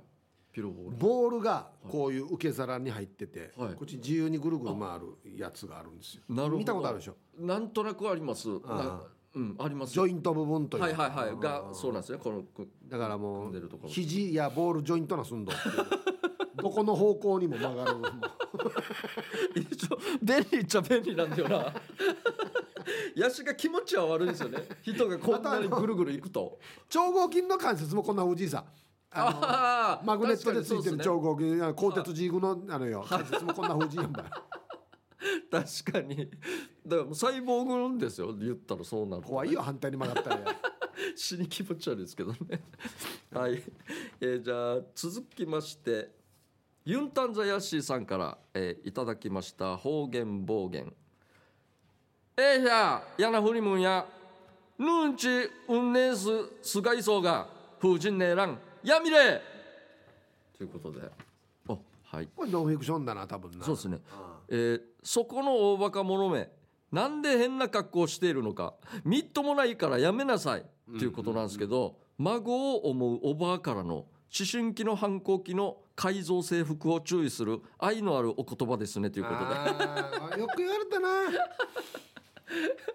[SPEAKER 3] ピロボール
[SPEAKER 2] ボールがこういう受け皿に入ってて、
[SPEAKER 3] はい
[SPEAKER 2] こっち自由にぐるぐる回るやつがあるんですよ
[SPEAKER 3] なるほど
[SPEAKER 2] 見たことあるでしょ
[SPEAKER 3] なんとなくありますな
[SPEAKER 2] あ
[SPEAKER 3] うんあります
[SPEAKER 2] ジョイント部分という
[SPEAKER 3] はいはいはいがそうなんですねこのこ
[SPEAKER 2] だからも
[SPEAKER 3] 組んでる
[SPEAKER 2] う
[SPEAKER 3] ところ
[SPEAKER 2] 肘やボールジョイントなすんどっていうどこの方向にも曲がる もう
[SPEAKER 3] 一応便利っちゃ便利なんだ よなヤシが気持ちは悪いんですよね人がこんなにぐるぐるいくと
[SPEAKER 2] 超合金の関節もこんなおじいさんあの
[SPEAKER 3] あー
[SPEAKER 2] マグネットでついてる超
[SPEAKER 3] 確
[SPEAKER 2] 合金、あの鋼鉄ジーグのあのよ関節もこんなおじいやんばい
[SPEAKER 3] かにそうですね確かにだからもうサイボーグですよ言ったらそうなると
[SPEAKER 2] 怖いよ反対に曲がったらや
[SPEAKER 3] 死に気持ち悪いですけどね はい、えーじゃあ続きましてユンタンザヤッシーさんから、えーいただきました方言暴言えー、ひゃやなふりむんやぬんちうんねんすすがいそうがふうじんねえらんやみれということであはい
[SPEAKER 2] これノンフィクションだな多分な
[SPEAKER 3] そうですね、えーそこの大バカ者めなんで変な格好をしているのかみっともないからやめなさいっていうことなんですけど、孫を思うおばあからの思春期の反抗期の改造制服を注意する愛のあるお言葉ですねということで
[SPEAKER 2] あーよく言われたな。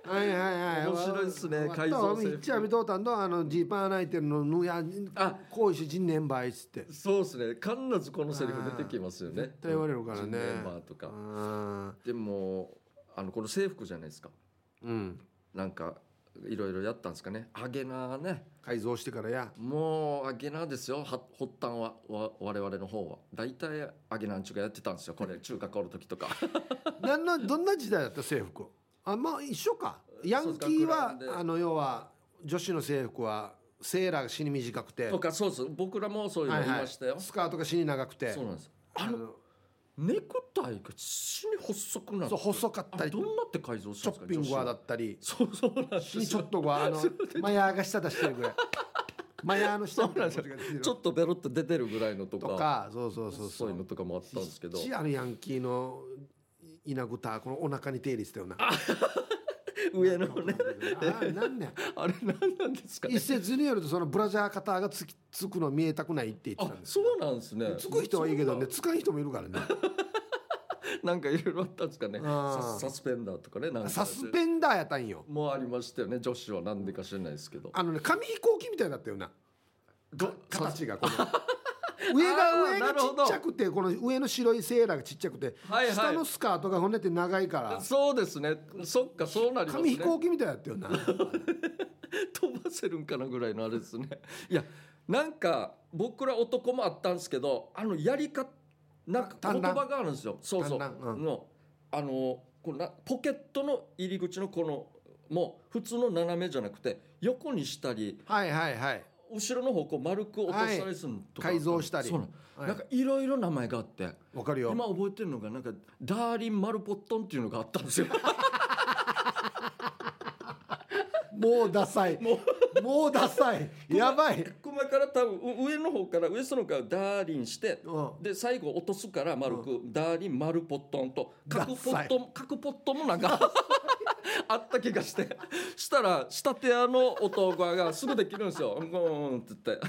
[SPEAKER 2] はいはいはい。
[SPEAKER 3] 面白いですね
[SPEAKER 2] わわ
[SPEAKER 3] 改造制服
[SPEAKER 2] わっちゃみとうたんとあのジーパン穴開いてるのぬや
[SPEAKER 3] あ
[SPEAKER 2] こうし人年倍っつって。
[SPEAKER 3] そうですね必ずこのセリフ出てきますよね
[SPEAKER 2] 絶対言われるからね
[SPEAKER 3] ジンメンバーとか
[SPEAKER 2] あ
[SPEAKER 3] でもあのこの制服じゃないですか
[SPEAKER 2] ーうん。
[SPEAKER 3] なんかいろいろやったんですかねあげなね
[SPEAKER 2] 改造してからや。
[SPEAKER 3] もうあげなですよは発端はわ我々の方は大体あげなんちゅうかやってたんですよ これ中学校の時とか
[SPEAKER 2] なんのどんな時代だった制服？あまあ一緒か。ヤンキーは
[SPEAKER 3] そうです学ランで
[SPEAKER 2] あの要は女子の制服はセーラーが死に短くて、
[SPEAKER 3] とかそうです僕らもそういうの
[SPEAKER 2] はいいは
[SPEAKER 3] ま
[SPEAKER 2] い
[SPEAKER 3] したよ、
[SPEAKER 2] スカートが死に長くて
[SPEAKER 3] そう、なんです
[SPEAKER 2] あの
[SPEAKER 3] ネクタイが死に細くなって
[SPEAKER 2] そう細かった
[SPEAKER 3] あ
[SPEAKER 2] り、
[SPEAKER 3] ど
[SPEAKER 2] チョ
[SPEAKER 3] んなって改造したんですか
[SPEAKER 2] ッピングはだ
[SPEAKER 3] 女
[SPEAKER 2] ったり。
[SPEAKER 3] 子はそうそうなんです
[SPEAKER 2] にちょっとこうあのマヤーが下出してる ぐらいマヤーの下みたいなこっちが出てる
[SPEAKER 3] ちょっとベロって出てるぐらいのとか
[SPEAKER 2] とかそうそうそう
[SPEAKER 3] そ
[SPEAKER 2] そう
[SPEAKER 3] いうの
[SPEAKER 2] う
[SPEAKER 3] とかもあったんですけど
[SPEAKER 2] ちあのヤンキーの稲ぐたこのお腹に手入れしてたよな
[SPEAKER 3] 上のね
[SPEAKER 2] ああなんねん
[SPEAKER 3] あれ何なんですかね
[SPEAKER 2] 一説によるとそのブラジャー肩がつきつくの見えたくないって言って
[SPEAKER 3] あ
[SPEAKER 2] たんです
[SPEAKER 3] そうなんですね
[SPEAKER 2] つく人はいいけどねつかん人もいる からね
[SPEAKER 3] なんかいろいろあったんですかね
[SPEAKER 2] あー
[SPEAKER 3] ササスペンダーとかねなんか
[SPEAKER 2] サスペンダーやったんよ
[SPEAKER 3] もありましたよね女子は何でか知らないですけど
[SPEAKER 2] あのね紙飛行機みたいだったよな
[SPEAKER 3] ど
[SPEAKER 2] 形がこの上が
[SPEAKER 3] あー
[SPEAKER 2] 上
[SPEAKER 3] な
[SPEAKER 2] が
[SPEAKER 3] るほ
[SPEAKER 2] ち
[SPEAKER 3] ど
[SPEAKER 2] っちゃくてこの上の白いセーラーがちっちゃくて、
[SPEAKER 3] はいはい
[SPEAKER 2] 下のスカートが骨って長いから
[SPEAKER 3] そそうですねそっかそうなります
[SPEAKER 2] 紙
[SPEAKER 3] ね
[SPEAKER 2] 飛行機みたいだった よな
[SPEAKER 3] 飛ばせるんかなぐらいのあれですね いやなんか僕ら男もあったんですけどあのやり方なんか言
[SPEAKER 2] 単乱
[SPEAKER 3] 葉があるんですよそうそう、
[SPEAKER 2] 単乱うん
[SPEAKER 3] のあのこのなポケットの入り口のこのもう普通の斜めじゃなくて横にしたり
[SPEAKER 2] はいはいはい
[SPEAKER 3] 後ろの方向丸く落としたりするのとか、
[SPEAKER 2] はい改造したり
[SPEAKER 3] そうなの
[SPEAKER 2] はい
[SPEAKER 3] なんかいろいろ名前があって、
[SPEAKER 2] わかるよ
[SPEAKER 3] 今覚えてるのがなんかダ ーリン・マルポットンっていうのがあったんですよ
[SPEAKER 2] もうダサい
[SPEAKER 3] も
[SPEAKER 2] もうダサ いやばい、
[SPEAKER 3] 熊から多分う上の方からウエストの方からダーリンして
[SPEAKER 2] うん、
[SPEAKER 3] で最後落とすから丸く、ダーリン丸ポットンと各ポットも各ポットもなんか あった気がしてしたら下手屋の男がすぐできるんですよ「うんうんうん」って言って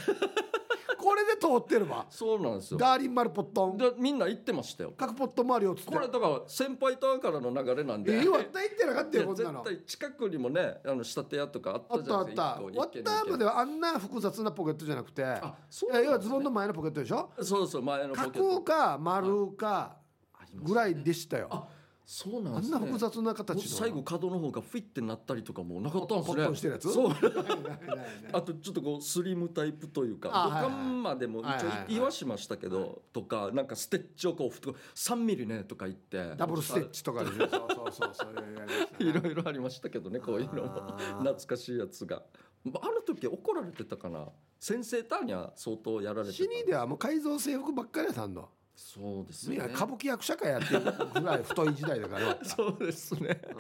[SPEAKER 2] これで通ってるわ
[SPEAKER 3] そうなんですよ
[SPEAKER 2] ダーリン丸ポットン
[SPEAKER 3] でみんな言ってましたよ
[SPEAKER 2] 各ポットもあるよっつって
[SPEAKER 3] これだから先輩とからの流れなんで
[SPEAKER 2] えー、わったいってなかったよこんな
[SPEAKER 3] 絶
[SPEAKER 2] の
[SPEAKER 3] 対近くにもねあの仕立て屋とかあっ
[SPEAKER 2] あ
[SPEAKER 3] た
[SPEAKER 2] っ
[SPEAKER 3] じゃ
[SPEAKER 2] たあ
[SPEAKER 3] ない
[SPEAKER 2] っ
[SPEAKER 3] です
[SPEAKER 2] た
[SPEAKER 3] か
[SPEAKER 2] わ
[SPEAKER 3] 一
[SPEAKER 2] っ
[SPEAKER 3] 軒一軒
[SPEAKER 2] たまではあんな複雑なポケットじゃなくて
[SPEAKER 3] あそう
[SPEAKER 2] い
[SPEAKER 3] な
[SPEAKER 2] や要
[SPEAKER 3] んですね
[SPEAKER 2] はズボンの前のポケットでしょ
[SPEAKER 3] そうそう前のポケッ
[SPEAKER 2] 角
[SPEAKER 3] ト
[SPEAKER 2] か丸かぐらいでしたよ、
[SPEAKER 3] あそうな
[SPEAKER 2] あ
[SPEAKER 3] んです
[SPEAKER 2] ん
[SPEAKER 3] ね
[SPEAKER 2] な複雑な形の
[SPEAKER 3] もう最後角の方がフィッてなったりとかもなかったんですね
[SPEAKER 2] ポットンしてるやつ
[SPEAKER 3] そう
[SPEAKER 2] ないないない
[SPEAKER 3] あとちょっとこうスリムタイプというか
[SPEAKER 2] あ
[SPEAKER 3] 土
[SPEAKER 2] はいはい
[SPEAKER 3] 管までも一
[SPEAKER 2] はいはいはい
[SPEAKER 3] 応言わしましたけどとかなんかステッチをこう太く3ミリねとか言って
[SPEAKER 2] ダブルステッチとかでしょそうそうそうそういうやりましたね
[SPEAKER 3] いろいろありましたけどねこういうのも
[SPEAKER 2] あー
[SPEAKER 3] 懐かしいやつがまあある時怒られてたかな先生ターには相当やられてた
[SPEAKER 2] シニーではもう改造制服ばっかりやったんの、
[SPEAKER 3] そうです
[SPEAKER 2] い
[SPEAKER 3] ね
[SPEAKER 2] や歌舞伎役者会やってるぐらい太い時代だからうん
[SPEAKER 3] そうですね
[SPEAKER 2] 刺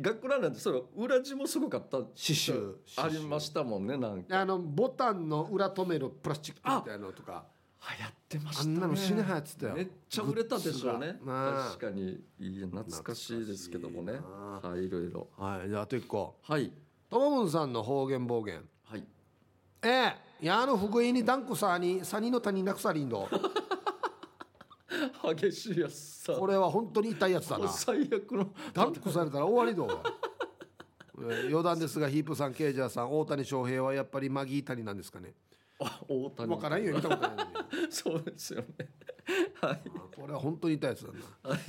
[SPEAKER 3] 学ランなんてそれ裏地もすごかった
[SPEAKER 2] 繍刺繍
[SPEAKER 3] ありましたもんねなんか
[SPEAKER 2] あのボタンの裏留めるプラスチックみたいなのとか
[SPEAKER 3] 流行ってまし
[SPEAKER 2] あ
[SPEAKER 3] たね
[SPEAKER 2] んなの死ねはやつだよ
[SPEAKER 3] めっちゃ売れたでしょうね
[SPEAKER 2] グッズが
[SPEAKER 3] 確かにいや懐かしいですけどもね
[SPEAKER 2] 懐かしい
[SPEAKER 3] はいいろいろ
[SPEAKER 2] はいじゃああと一個
[SPEAKER 3] はい
[SPEAKER 2] トモモンさんの方言暴言
[SPEAKER 3] はい
[SPEAKER 2] ええやあの福井にダンクさにサニの谷なくさりんど
[SPEAKER 3] 激しいやつさ
[SPEAKER 2] これは本当に痛いやつだな
[SPEAKER 3] 最悪の
[SPEAKER 2] ダンクされたら終わりだおいえー余談ですがヒープさんケイジャーさん大谷翔平はやっぱりマギー谷なんですかね
[SPEAKER 3] あ大谷
[SPEAKER 2] 分からんよ見たことないのに
[SPEAKER 3] そうですよね。はい。
[SPEAKER 2] これは本当に痛いやつだなはい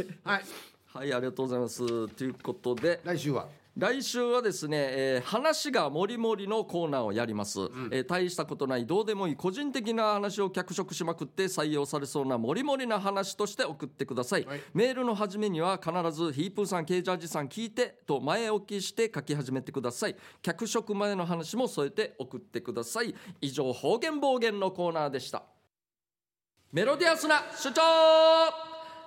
[SPEAKER 3] はい、ありがとうございます。ということで、
[SPEAKER 2] 来週は
[SPEAKER 3] 来週はですね、えー話がもりもりのコーナーをやります、えー大したことない、どうでもいい、個人的な話を脚色しまくって、採用されそうなもりもりな話として送ってください。
[SPEAKER 2] はい
[SPEAKER 3] メールの始めには、必ず、ヒープーさん、ケイジャージさん、聞いて、と前置きして書き始めてください。脚色前の話も添えて送ってください。以上、方言暴言のコーナーでした。メロディアスな主張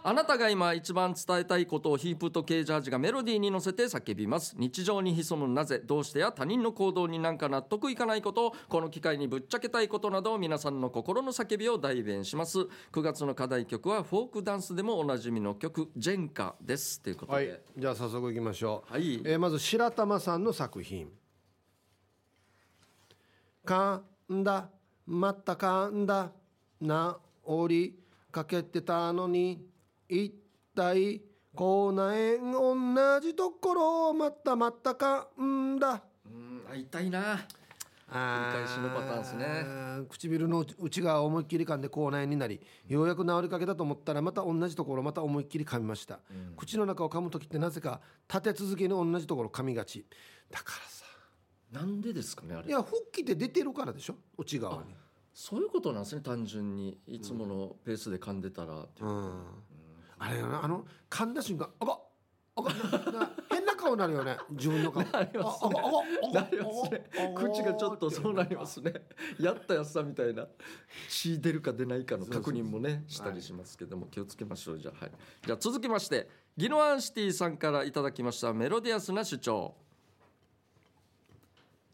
[SPEAKER 3] あなたが今一番伝えたいことをヒープとケージャージがメロディーに乗せて叫びます日常に潜むなぜどうしてや他人の行動になんか納得いかないことこの機会にぶっちゃけたいことなど皆さんの心の叫びを代弁します9月の課題曲はフォークダンスでもおなじみの曲「ジェンカ」ですということ
[SPEAKER 2] はい
[SPEAKER 3] で、
[SPEAKER 2] じゃあ早速いきましょう、
[SPEAKER 3] はい
[SPEAKER 2] えーまず白玉さんの作品「かんだまたかんだなおりかけてたのに一体こうなえん同じところをまたまたかんだ」
[SPEAKER 3] うん会いたいな
[SPEAKER 2] 繰
[SPEAKER 3] り返しのパターンですね
[SPEAKER 2] 唇の内側を思いっきり噛んで口内炎になりようやく治りかけたと思ったらまた同じところまた思いっきり噛みました、口の中を噛む時ってなぜか立て続けに同じところ噛みがちだからさ
[SPEAKER 3] なんでですかねあ
[SPEAKER 2] い
[SPEAKER 3] れ
[SPEAKER 2] や復帰って出てるからでしょ内側に
[SPEAKER 3] そういうことなんですね単純にいつものペースで噛んでたら、
[SPEAKER 2] うんあれよなあの噛んだ瞬間あがあがなな変な顔になるよ ね自分の顔あ
[SPEAKER 3] ります
[SPEAKER 2] ああ
[SPEAKER 3] なりますね
[SPEAKER 2] あああ
[SPEAKER 3] 口がちょっとそうなりますねやったやつさみたいな血出るか出ないかの確認もねしたりしますけども気をつけましょうじゃあはいじゃあ続きましてギノアンシティさんからいただきましたメロディアスな主張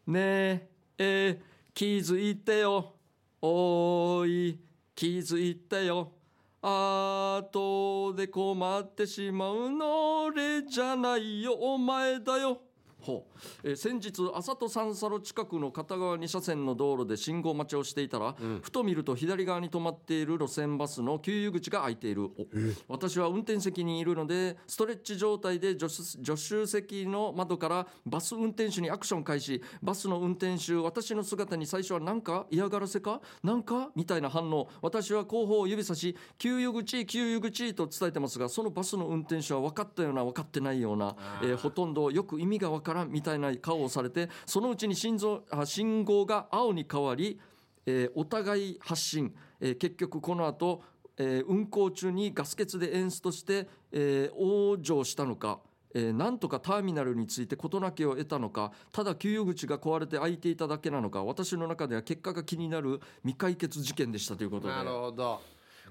[SPEAKER 3] ねええー気づいてよおーい気づいてよあとで困ってしまうの俺じゃないよお前だよほうえー先日あさと三佐路近くの片側2車線の道路で信号待ちをしていたら、ふと見ると左側に止まっている路線バスの給油口が開いているお私は運転席にいるのでストレッチ状態で助手助手席の窓からバス運転手にアクション開始バスの運転手私の姿に最初は何か嫌がらせかなんかみたいな反応私は後方を指さし給油口給油口と伝えてますがそのバスの運転手は分かったような分かってないような、えーほとんどよく意味が分からんみたいな顔をされてそのうちに心臓あ信号が青に変わり、えーお互い発進、えー結局この後えー運行中にガス欠でエンストして、えー往生したのか、えーなんとかターミナルについて事なきを得たのかただ給油口が壊れて開いていただけなのか私の中では結果が気になる未解決事件でしたということで
[SPEAKER 2] なるほど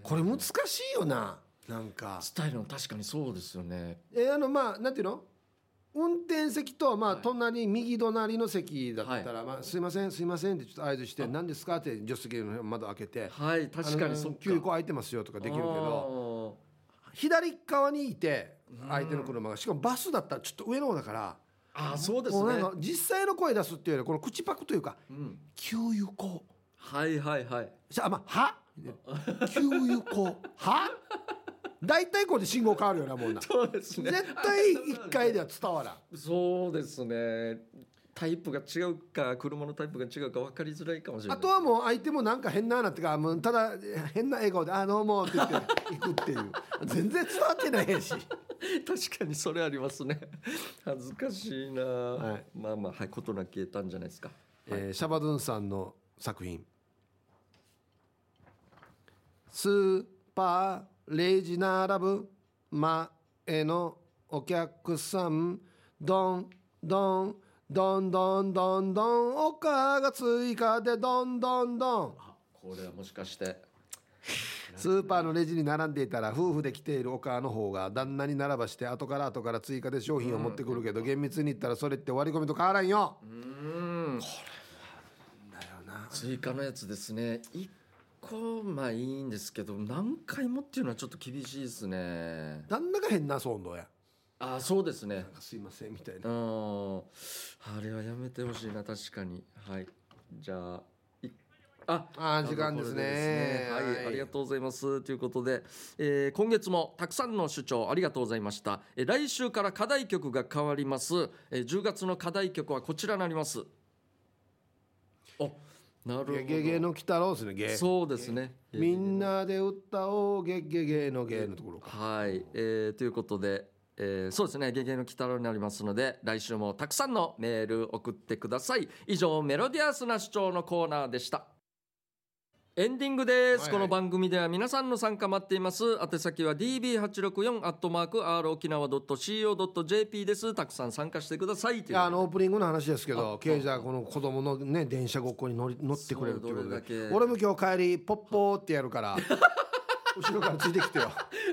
[SPEAKER 2] これ難しいよななんか
[SPEAKER 3] 伝えるの確かにそうですよね
[SPEAKER 2] えーあのまあなんていうの運転席とまあ
[SPEAKER 1] はい
[SPEAKER 2] 隣、右隣の席だったら、まあ、すいませんすいませんってちょっと合図して何ですかって助手席の窓開けて
[SPEAKER 1] はい確か
[SPEAKER 2] あの
[SPEAKER 1] にそっか
[SPEAKER 2] 急にこう開いてますよとかできるけど
[SPEAKER 1] ど
[SPEAKER 2] 左側にいて相手の車がしかもバスだったらちょっと上の方だから
[SPEAKER 1] あーそうです
[SPEAKER 2] もうな
[SPEAKER 1] ね
[SPEAKER 2] んか実際の声出すっていうよりこの口パクというか
[SPEAKER 1] うん
[SPEAKER 2] 「給油口
[SPEAKER 1] はいはいはい」
[SPEAKER 2] しあま あは給油口は大体こうで信号変わるよなもんな
[SPEAKER 1] そうですね
[SPEAKER 2] 絶対一回では伝わらん
[SPEAKER 1] そうですねタイプが違うか車のタイプが違うか分かりづらいかもしれ
[SPEAKER 2] あ
[SPEAKER 1] ない
[SPEAKER 2] とはもう相手もなんか変ななってかもうただ変な笑顔で「あどうも」って言って 行くっていう全然伝わってないし
[SPEAKER 1] 確かにそれありますね恥ずかしいな、
[SPEAKER 2] はい
[SPEAKER 1] まあまあはい事なき得たんじゃないですか
[SPEAKER 2] えーシャバドゥンさんの作品「スーパーレジ並ぶ前のお客さんどんどんどんどんどんどんおかが追加でどんどんどん」
[SPEAKER 1] あこれはもしかして
[SPEAKER 2] スーパーのレジに並んでいたら夫婦で来ているお母の方が旦那に並ばして後から後から追加で商品を持ってくるけど厳密に言ったらそれって割り込みと変わらんよ
[SPEAKER 1] うん
[SPEAKER 2] だよな
[SPEAKER 1] 追加のやつですね1個まあいいんですけど何回もっていうのはちょっと厳しいですね
[SPEAKER 2] 旦那が変なそうや
[SPEAKER 1] あそうですね
[SPEAKER 2] なんかすいませんみたい
[SPEAKER 1] う
[SPEAKER 2] な
[SPEAKER 1] んあれはやめてほしいな確かにはいじゃあいあ
[SPEAKER 2] あー
[SPEAKER 1] とい
[SPEAKER 2] 時
[SPEAKER 1] うこと
[SPEAKER 2] 間ですね。
[SPEAKER 1] はい、ありがとうございます。ということで、えー今月もたくさんの主張ありがとうございました。えー来週から課題曲が変わります。えー10月の課題曲はこちらになります。あ、なるほど。
[SPEAKER 2] ゲゲゲの鬼太郎ですね。ゲ。
[SPEAKER 1] そうですね。
[SPEAKER 2] みんなで歌おうゲゲゲのゲのところか。
[SPEAKER 1] はい、えーということで、えーそうですね「ゲゲの鬼太郎」になりますので来週もたくさんのメール送ってください以上メロディアスな主張のコーナーでしたエンディングです、
[SPEAKER 2] はいはい
[SPEAKER 1] この番組では皆さんの参加待っています宛先は db864 アットマーク r 沖縄 .co.jp ですたくさん参加してくださいと
[SPEAKER 2] い
[SPEAKER 1] いう
[SPEAKER 2] やあのオープニングの話ですけ
[SPEAKER 1] あ
[SPEAKER 2] ど、ケイジャーこの子供のね電車ごっこに乗り乗ってくれるっていうこ
[SPEAKER 1] そ
[SPEAKER 2] と
[SPEAKER 1] うどれだ
[SPEAKER 2] で、
[SPEAKER 1] け
[SPEAKER 2] 俺も今日帰りポッポーってや るから、後ろからついてきてよ。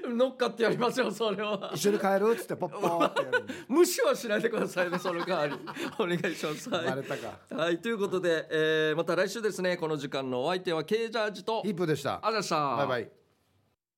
[SPEAKER 1] 乗っかってやりますよそれは
[SPEAKER 2] 一緒に帰るっつってポッポーってやるんで。
[SPEAKER 1] 無視はしないでくださいねその代わりお願いします はい
[SPEAKER 2] バレたか。
[SPEAKER 1] はい、ということで、えーまた来週ですね、この時間のお相手は K ジャージと、
[SPEAKER 2] ヒップでした。
[SPEAKER 1] あざした。
[SPEAKER 2] バイバイ。